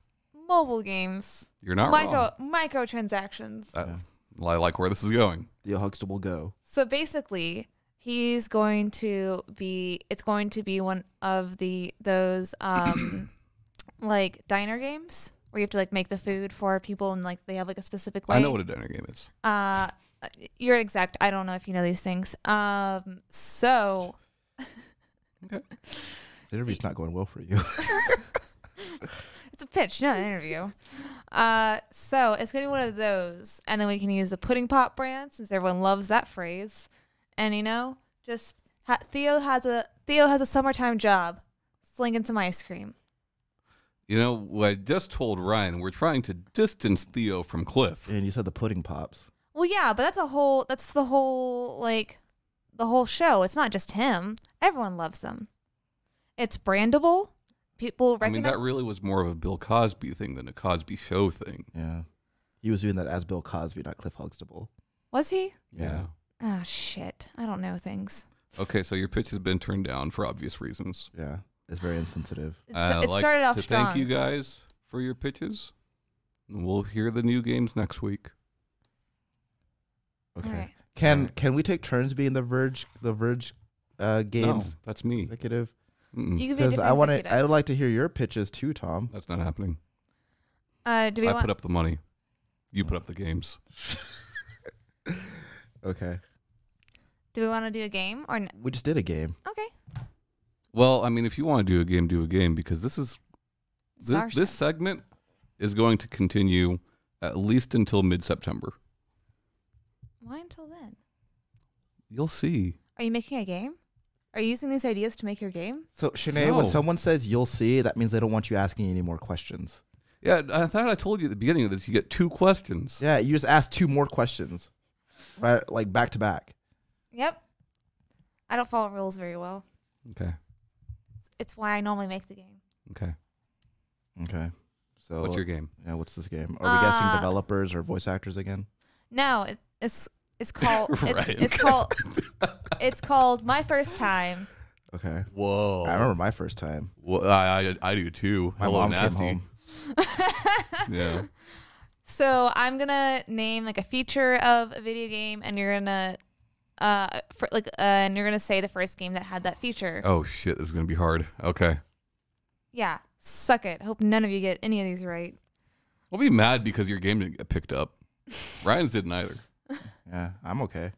Speaker 1: Mobile games,
Speaker 2: You're not wrong.
Speaker 1: micro microtransactions.
Speaker 2: Uh, well, I like where this is going.
Speaker 3: The Huxtable go.
Speaker 1: So basically, he's going to be. It's going to be one of the those
Speaker 2: <coughs>
Speaker 1: um, like diner games where you have to like make the food for people and like they have like a specific way.
Speaker 2: I know what a dinner game is.
Speaker 1: Uh, you're exact. I don't know if you know these things. Um, so
Speaker 3: The interview's not going well for you.
Speaker 1: it's a pitch, not an interview. Uh, so it's gonna be one of those, and then we can use the pudding pop brand since everyone loves that phrase. And you know, just ha- Theo has a Theo has a summertime job, slinging some ice cream.
Speaker 2: You know, what I just told Ryan, we're trying to distance Theo from Cliff.
Speaker 3: <laughs> and you said the pudding pops.
Speaker 1: Well, yeah, but that's a whole. That's the whole like the whole show. It's not just him. Everyone loves them. It's brandable. People
Speaker 2: I mean,
Speaker 1: recognize.
Speaker 2: that really was more of a Bill Cosby thing than a Cosby show thing.
Speaker 3: Yeah, he was doing that as Bill Cosby, not Cliff Huxtable.
Speaker 1: was he?
Speaker 3: Yeah.
Speaker 1: Oh shit! I don't know things.
Speaker 2: Okay, so your pitch has been turned down for obvious reasons.
Speaker 3: Yeah, it's very insensitive.
Speaker 1: It,
Speaker 2: Uh,
Speaker 1: it
Speaker 2: like
Speaker 1: started off
Speaker 2: to
Speaker 1: strong.
Speaker 2: Thank you guys for your pitches. We'll hear the new games next week.
Speaker 3: Okay.
Speaker 1: All right.
Speaker 3: Can
Speaker 2: Alright.
Speaker 3: can we take turns being the Verge the Verge uh, games
Speaker 2: No, that's me.
Speaker 3: executive?
Speaker 2: Mm-mm,
Speaker 1: You could be a
Speaker 3: Because
Speaker 1: different
Speaker 3: I want to.
Speaker 1: executive.
Speaker 3: I'd like to hear your pitches too, Tom.
Speaker 2: that's not happening.
Speaker 1: uh, do we
Speaker 2: I
Speaker 1: want?
Speaker 2: put up the money. You put up the games.
Speaker 3: Okay.
Speaker 1: do we want to do a game or? N-
Speaker 3: We just did a game.
Speaker 1: okay.
Speaker 2: Well, I mean, if you want to do a game, do a game because this is
Speaker 1: It's our
Speaker 2: this,
Speaker 1: show.
Speaker 2: this segment is going to continue at least until mid-September.
Speaker 1: Why until then?
Speaker 2: You'll see.
Speaker 1: Are you making a game? Are you using these ideas to make your game?
Speaker 3: So Shanae,
Speaker 2: No.
Speaker 3: when someone says "you'll see," that means they don't want you asking any more questions.
Speaker 2: Yeah, I thought I told you at the beginning of this. You get two questions.
Speaker 3: Yeah, you just ask two more questions, right? Like back to back.
Speaker 1: Yep. I don't follow rules very well.
Speaker 2: Okay.
Speaker 1: It's- It's why I normally make the game.
Speaker 2: Okay.
Speaker 3: Okay. So
Speaker 2: What's your game?
Speaker 3: yeah, what's this game? Are we guessing
Speaker 1: Uh,
Speaker 3: developers or voice actors again?
Speaker 1: No, it, it's it's
Speaker 2: <laughs>
Speaker 1: called
Speaker 2: Right.
Speaker 1: it's, it's
Speaker 2: <laughs>
Speaker 1: called it's called my first time.
Speaker 3: Okay.
Speaker 2: Whoa.
Speaker 3: I remember my first time.
Speaker 2: Well, I, I I do too.
Speaker 3: My
Speaker 2: Oh. Hello,
Speaker 3: mom
Speaker 2: nasty.
Speaker 3: came home.
Speaker 2: <laughs> Yeah.
Speaker 1: So I'm gonna name like a feature of a video game, and you're gonna uh for, like uh, and you're gonna say the first game that had that feature.
Speaker 2: Oh shit, this is gonna be hard. Okay.
Speaker 1: Yeah, suck it. Hope none of you get any of these right.
Speaker 2: I'll be mad because your game didn't get picked up. Ryan's didn't either.
Speaker 3: Yeah, I'm okay.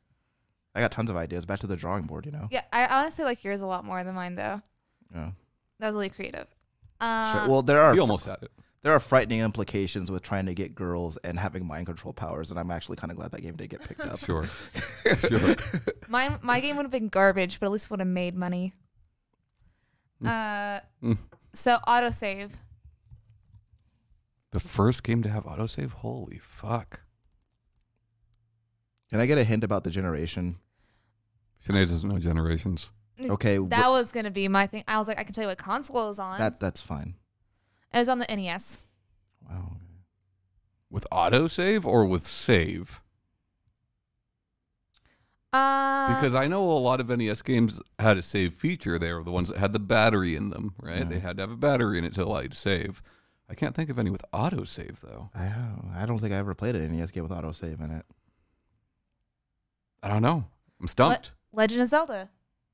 Speaker 3: I got tons of ideas. Back to the drawing board, you know.
Speaker 1: Yeah, I honestly like yours a lot more than mine though.
Speaker 3: Yeah.
Speaker 1: That was really creative. Uh,
Speaker 3: Sure. Well, there are
Speaker 2: You almost had
Speaker 3: <laughs>
Speaker 2: it.
Speaker 3: there are frightening implications with trying to get girls and having mind control powers, and I'm actually kind of glad that game did get
Speaker 2: <laughs>
Speaker 3: picked up. <laughs>
Speaker 2: Sure. sure.
Speaker 1: my my game would have been garbage, but at least would have made money. Uh,
Speaker 2: Mm.
Speaker 1: so autosave.
Speaker 2: The first game to have autosave? Holy fuck.
Speaker 3: Can I get a hint about the generation?
Speaker 2: Sinead doesn't know generations.
Speaker 3: Okay, wh-
Speaker 1: That was gonna be my thing. I was like, I can tell you what console it was on.
Speaker 3: that that's fine.
Speaker 1: it was on the E NES.
Speaker 3: Wow.
Speaker 2: With autosave or with save?
Speaker 1: Uh,
Speaker 2: Because I know a lot of NES games had a save feature. They were the ones that had the battery in them, right?
Speaker 3: Yeah.
Speaker 2: They had to have a battery in it to allow you to save. I can't think of any with autosave, though.
Speaker 3: I don't, I don't think I ever played an NES game with autosave in it.
Speaker 2: I don't know. I'm stumped.
Speaker 1: Legend of Zelda.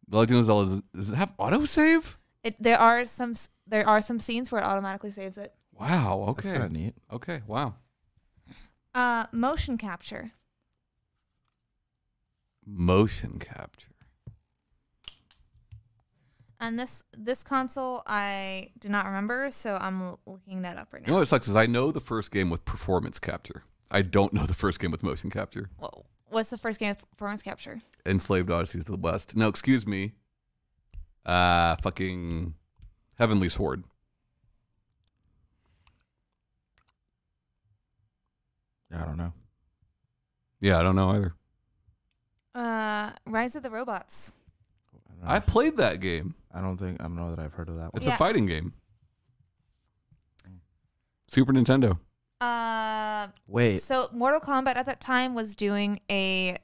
Speaker 2: The Legend of Zelda, does it have autosave?
Speaker 1: It, there are some s- there are some scenes where it automatically saves it.
Speaker 2: Wow.
Speaker 3: That's
Speaker 2: Okay.
Speaker 3: kind of neat.
Speaker 2: Okay. Wow.
Speaker 1: Uh, motion capture.
Speaker 2: Motion capture.
Speaker 1: And this this console I do not remember, so I'm l- looking that up right
Speaker 2: You know
Speaker 1: now.
Speaker 2: what sucks is I know the first game with performance capture. I don't know the first game with motion capture.
Speaker 1: Wha- What's the first game with performance capture?
Speaker 2: Enslaved Odyssey to the West. No, excuse me. Uh, fucking Heavenly Sword.
Speaker 3: I don't know.
Speaker 2: Yeah, I don't know either.
Speaker 1: Uh, Rise of the Robots.
Speaker 3: I don't, know.
Speaker 2: I played that game.
Speaker 3: I don't think I don't know that I've heard of that one.
Speaker 2: It's
Speaker 1: Yeah.
Speaker 2: a fighting game. Super Nintendo.
Speaker 1: Uh,
Speaker 3: Wait,
Speaker 1: so Mortal Kombat at that time was doing a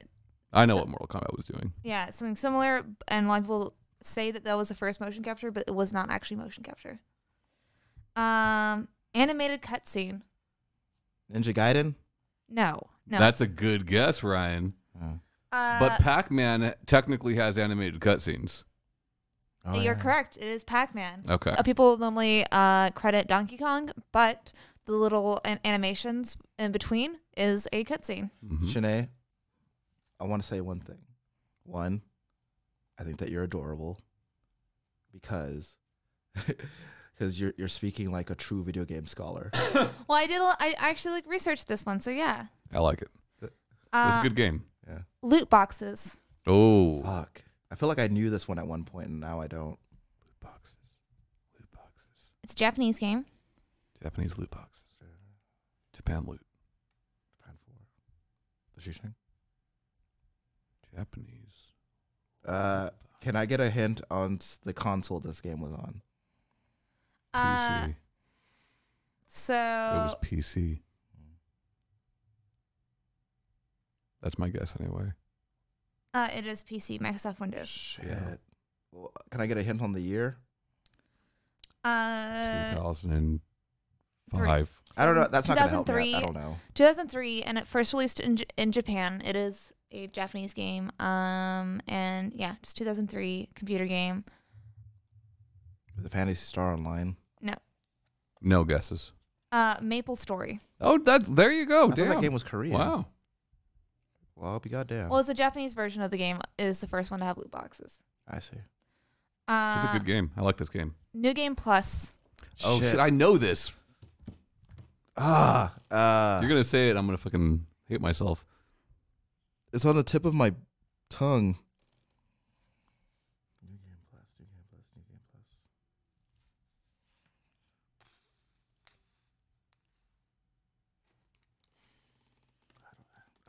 Speaker 2: I know
Speaker 1: So-
Speaker 2: what Mortal Kombat was doing.
Speaker 1: yeah something similar, and a lot of people say that that was the first motion capture, but it was not actually motion capture. Um, animated cutscene.
Speaker 3: Ninja Gaiden.
Speaker 1: No, no.
Speaker 2: That's a good guess, Ryan.
Speaker 3: Oh.
Speaker 1: uh,
Speaker 2: but Pac Man technically has animated cutscenes.
Speaker 3: Oh,
Speaker 1: you're
Speaker 3: yeah.
Speaker 1: correct. It is Pac-Man.
Speaker 2: Okay.
Speaker 1: Uh, people normally uh, credit Donkey Kong, but the little an- animations in between is a cutscene.
Speaker 2: Mhm.
Speaker 3: Shanae, I want to say one thing. One, I think that you're adorable because <laughs> because you're you're speaking like a true video game scholar.
Speaker 1: Well, I did. a- I actually like researched this one, so yeah.
Speaker 2: I like it. It's
Speaker 1: Uh,
Speaker 2: a good game.
Speaker 1: Loot boxes.
Speaker 2: Oh.
Speaker 3: Fuck. I feel like I knew this one at one point and now I don't.
Speaker 2: Loot boxes. Loot boxes.
Speaker 1: It's a Japanese game.
Speaker 2: Japanese loot boxes. Japan loot.
Speaker 3: What's she saying?
Speaker 2: Japanese.
Speaker 3: Uh, can I get a hint on s- the console this game was on?
Speaker 1: Uh, oh.
Speaker 2: PC.
Speaker 1: so
Speaker 2: it was PC. That's my guess anyway.
Speaker 1: uh, it is PC, Microsoft Windows.
Speaker 2: Shit.
Speaker 3: Shit. Well, Can I get a hint on the year?
Speaker 1: Uh,
Speaker 2: 2005.
Speaker 3: I don't know. That's not gonna help me.
Speaker 1: 2003.
Speaker 3: I- I don't know.
Speaker 1: 2003, and it first released in J- in Japan. It is a Japanese game. Um, and yeah, just 2003 computer game.
Speaker 3: The Fantasy Star Online.
Speaker 2: No guesses.
Speaker 1: Uh, Maple Story.
Speaker 2: Oh, that's there you go.
Speaker 3: I thought
Speaker 2: damn.
Speaker 3: that game was Korean.
Speaker 2: Wow.
Speaker 3: Well, I'll be goddamn.
Speaker 1: Well, it's a Japanese version of the game. Is the first one to have loot boxes.
Speaker 3: I see.
Speaker 1: Uh,
Speaker 2: It's a good game. I like this game.
Speaker 1: New Game Plus.
Speaker 2: Oh shit, I know this.
Speaker 3: Ah, uh,
Speaker 2: You're gonna say it, I'm gonna fucking hate myself. <laughs>
Speaker 3: it's on the tip of my tongue. New game plus, new game plus, new game plus.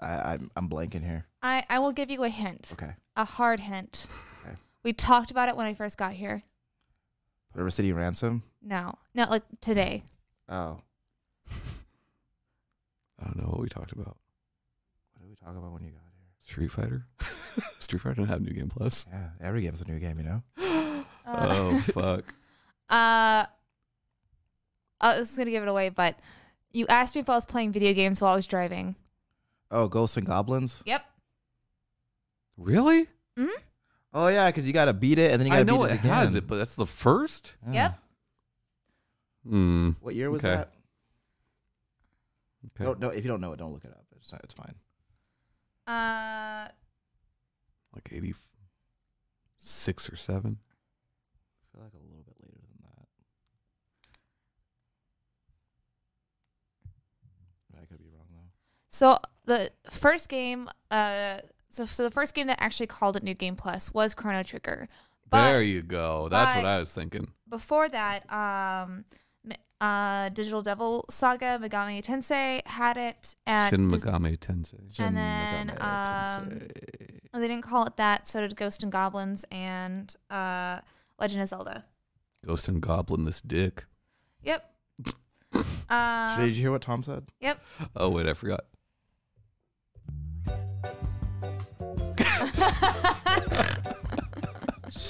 Speaker 3: I, I'm I'm blanking here.
Speaker 1: I I will give you a hint.
Speaker 3: Okay,
Speaker 1: A hard hint.
Speaker 3: Okay.
Speaker 1: We talked about it when I first got here.
Speaker 3: River City Ransom.
Speaker 1: No, no, like today.
Speaker 3: Oh,
Speaker 2: I don't know what we talked about.
Speaker 3: what did we talk about when you got
Speaker 2: Street Fighter? <laughs> Street Fighter do not have New Game
Speaker 1: <laughs>
Speaker 2: Plus.
Speaker 3: here? Yeah, every game's a new game, you know.
Speaker 2: oh fuck.
Speaker 1: Uh, oh, this is gonna give it away, but you asked me if I was playing video games while I was driving.
Speaker 3: Oh, Ghosts and Goblins.
Speaker 1: Yep.
Speaker 2: Really?
Speaker 1: hmm
Speaker 3: Oh yeah, because you gotta beat it and then you gotta
Speaker 2: I know
Speaker 3: beat
Speaker 2: it
Speaker 3: it again.
Speaker 2: has it, but that's the first?
Speaker 3: Yeah.
Speaker 1: Yep.
Speaker 2: Hmm.
Speaker 3: What year was
Speaker 2: Okay.
Speaker 3: that?
Speaker 2: Okay.
Speaker 3: No, no. If you don't know it, don't look it up. It's not, it's fine.
Speaker 1: Uh,
Speaker 2: Like eighty six or seven.
Speaker 3: I feel like a little bit later than that. I could be wrong though.
Speaker 1: so the first game, uh, so so the first game that actually called it New Game Plus was Chrono Trigger. But-
Speaker 2: there you go. That's what
Speaker 1: but-
Speaker 2: I was thinking.
Speaker 1: Before that, um. m- Uh, Digital Devil Saga Megami Tensei had it, and
Speaker 2: Shin
Speaker 1: Dis-
Speaker 2: Megami Tensei.
Speaker 1: And then, um,
Speaker 3: Tensei.
Speaker 1: they didn't call it that. So did Ghost and Goblins and uh, Legend of Zelda.
Speaker 2: Ghost and Goblin this dick.
Speaker 1: Yep. um,
Speaker 3: did you hear what Tom said?
Speaker 1: yep.
Speaker 2: Oh wait, I forgot.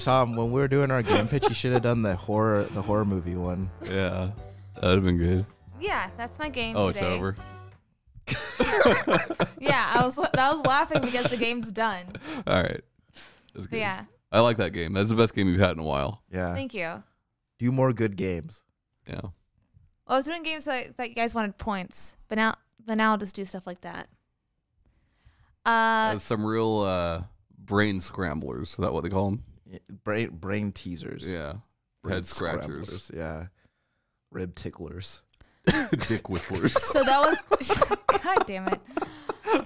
Speaker 3: Tom, when we were doing our game pitch, you should have done the horror, the horror movie one.
Speaker 2: Yeah. That'd have been good.
Speaker 1: Yeah, that's my game.
Speaker 2: Oh,
Speaker 1: today.
Speaker 2: it's over.
Speaker 1: Yeah, I was I was laughing because the game's
Speaker 2: <laughs>
Speaker 1: done.
Speaker 2: All right. That's
Speaker 1: But
Speaker 2: good.
Speaker 1: yeah,
Speaker 2: I like that game. That's the best game you've had in a while.
Speaker 3: Yeah.
Speaker 1: thank you.
Speaker 3: Do more good games.
Speaker 2: Yeah.
Speaker 1: Well, I was doing games that, that you guys wanted points, but now but now I'll just do stuff like that. Uh,
Speaker 2: That's some real uh, brain scramblers. Is that what they call them?
Speaker 3: Yeah, Brain, brain teasers.
Speaker 2: Yeah.
Speaker 3: Brain
Speaker 2: Head scratchers.
Speaker 3: scramblers, Yeah. Rib ticklers.
Speaker 2: <laughs> Dick
Speaker 3: <laughs>
Speaker 2: whittlers.
Speaker 1: so that was <laughs> God damn it.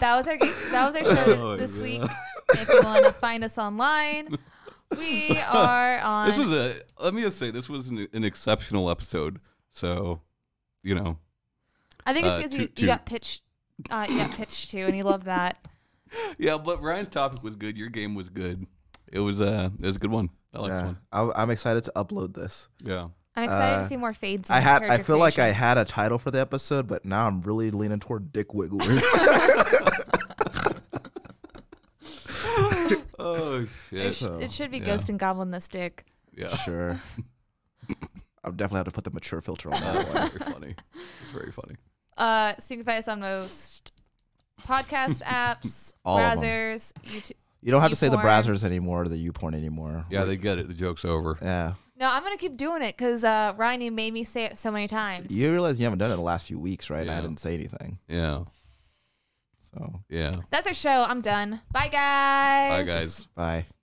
Speaker 1: That was our game, that was our show
Speaker 2: <laughs> Oh,
Speaker 1: this
Speaker 2: yeah.
Speaker 1: week. If you want to find us online,
Speaker 2: <laughs>
Speaker 1: We are on.
Speaker 2: This was a. Let me just say, this was an, an exceptional episode. So, you know,
Speaker 1: I think it's
Speaker 2: uh,
Speaker 1: because
Speaker 2: two-
Speaker 1: you,
Speaker 2: two.
Speaker 1: you got pitched. Uh, you got pitched to, and you love that.
Speaker 2: yeah. But Ryan's topic was good. Your game was good. It was uh, it was a good one. I like this
Speaker 3: Yeah.
Speaker 2: one.
Speaker 3: I'm, I'm excited to upload this.
Speaker 2: Yeah.
Speaker 1: I'm excited
Speaker 3: Uh,
Speaker 1: to see more fades.
Speaker 3: I
Speaker 1: and
Speaker 3: had. I
Speaker 1: character
Speaker 3: feel like I
Speaker 1: creation.
Speaker 3: had a title for the episode, but now I'm really leaning toward Dick Wigglers.
Speaker 2: Oh
Speaker 1: It,
Speaker 2: shit.
Speaker 1: sh- it should be
Speaker 2: yeah.
Speaker 1: Ghost and Goblin this dick.
Speaker 2: <laughs> Yeah.
Speaker 3: sure. I'll definitely have to put the mature filter on
Speaker 2: That
Speaker 3: that
Speaker 1: <laughs>
Speaker 2: was <laughs>
Speaker 3: one.
Speaker 2: very funny. It's very funny.
Speaker 1: Uh, so you can find us on most
Speaker 3: <laughs>
Speaker 1: podcast apps,
Speaker 3: All of 'em.
Speaker 1: browsers, YouTube.
Speaker 3: You don't have to say the
Speaker 1: YouPorn.
Speaker 3: browsers anymore or the YouPorn anymore.
Speaker 2: Yeah, they get it. The joke's over.
Speaker 3: Yeah.
Speaker 1: No, I'm gonna keep doing it because uh, Ryan, you made me say it so many times.
Speaker 3: You realize you haven't done it the last few weeks, right? I
Speaker 2: Yeah.
Speaker 3: didn't say anything.
Speaker 2: Yeah.
Speaker 3: So,
Speaker 2: Yeah.
Speaker 1: That's our show. I'm done. Bye, guys.
Speaker 2: Bye, guys.
Speaker 3: bye.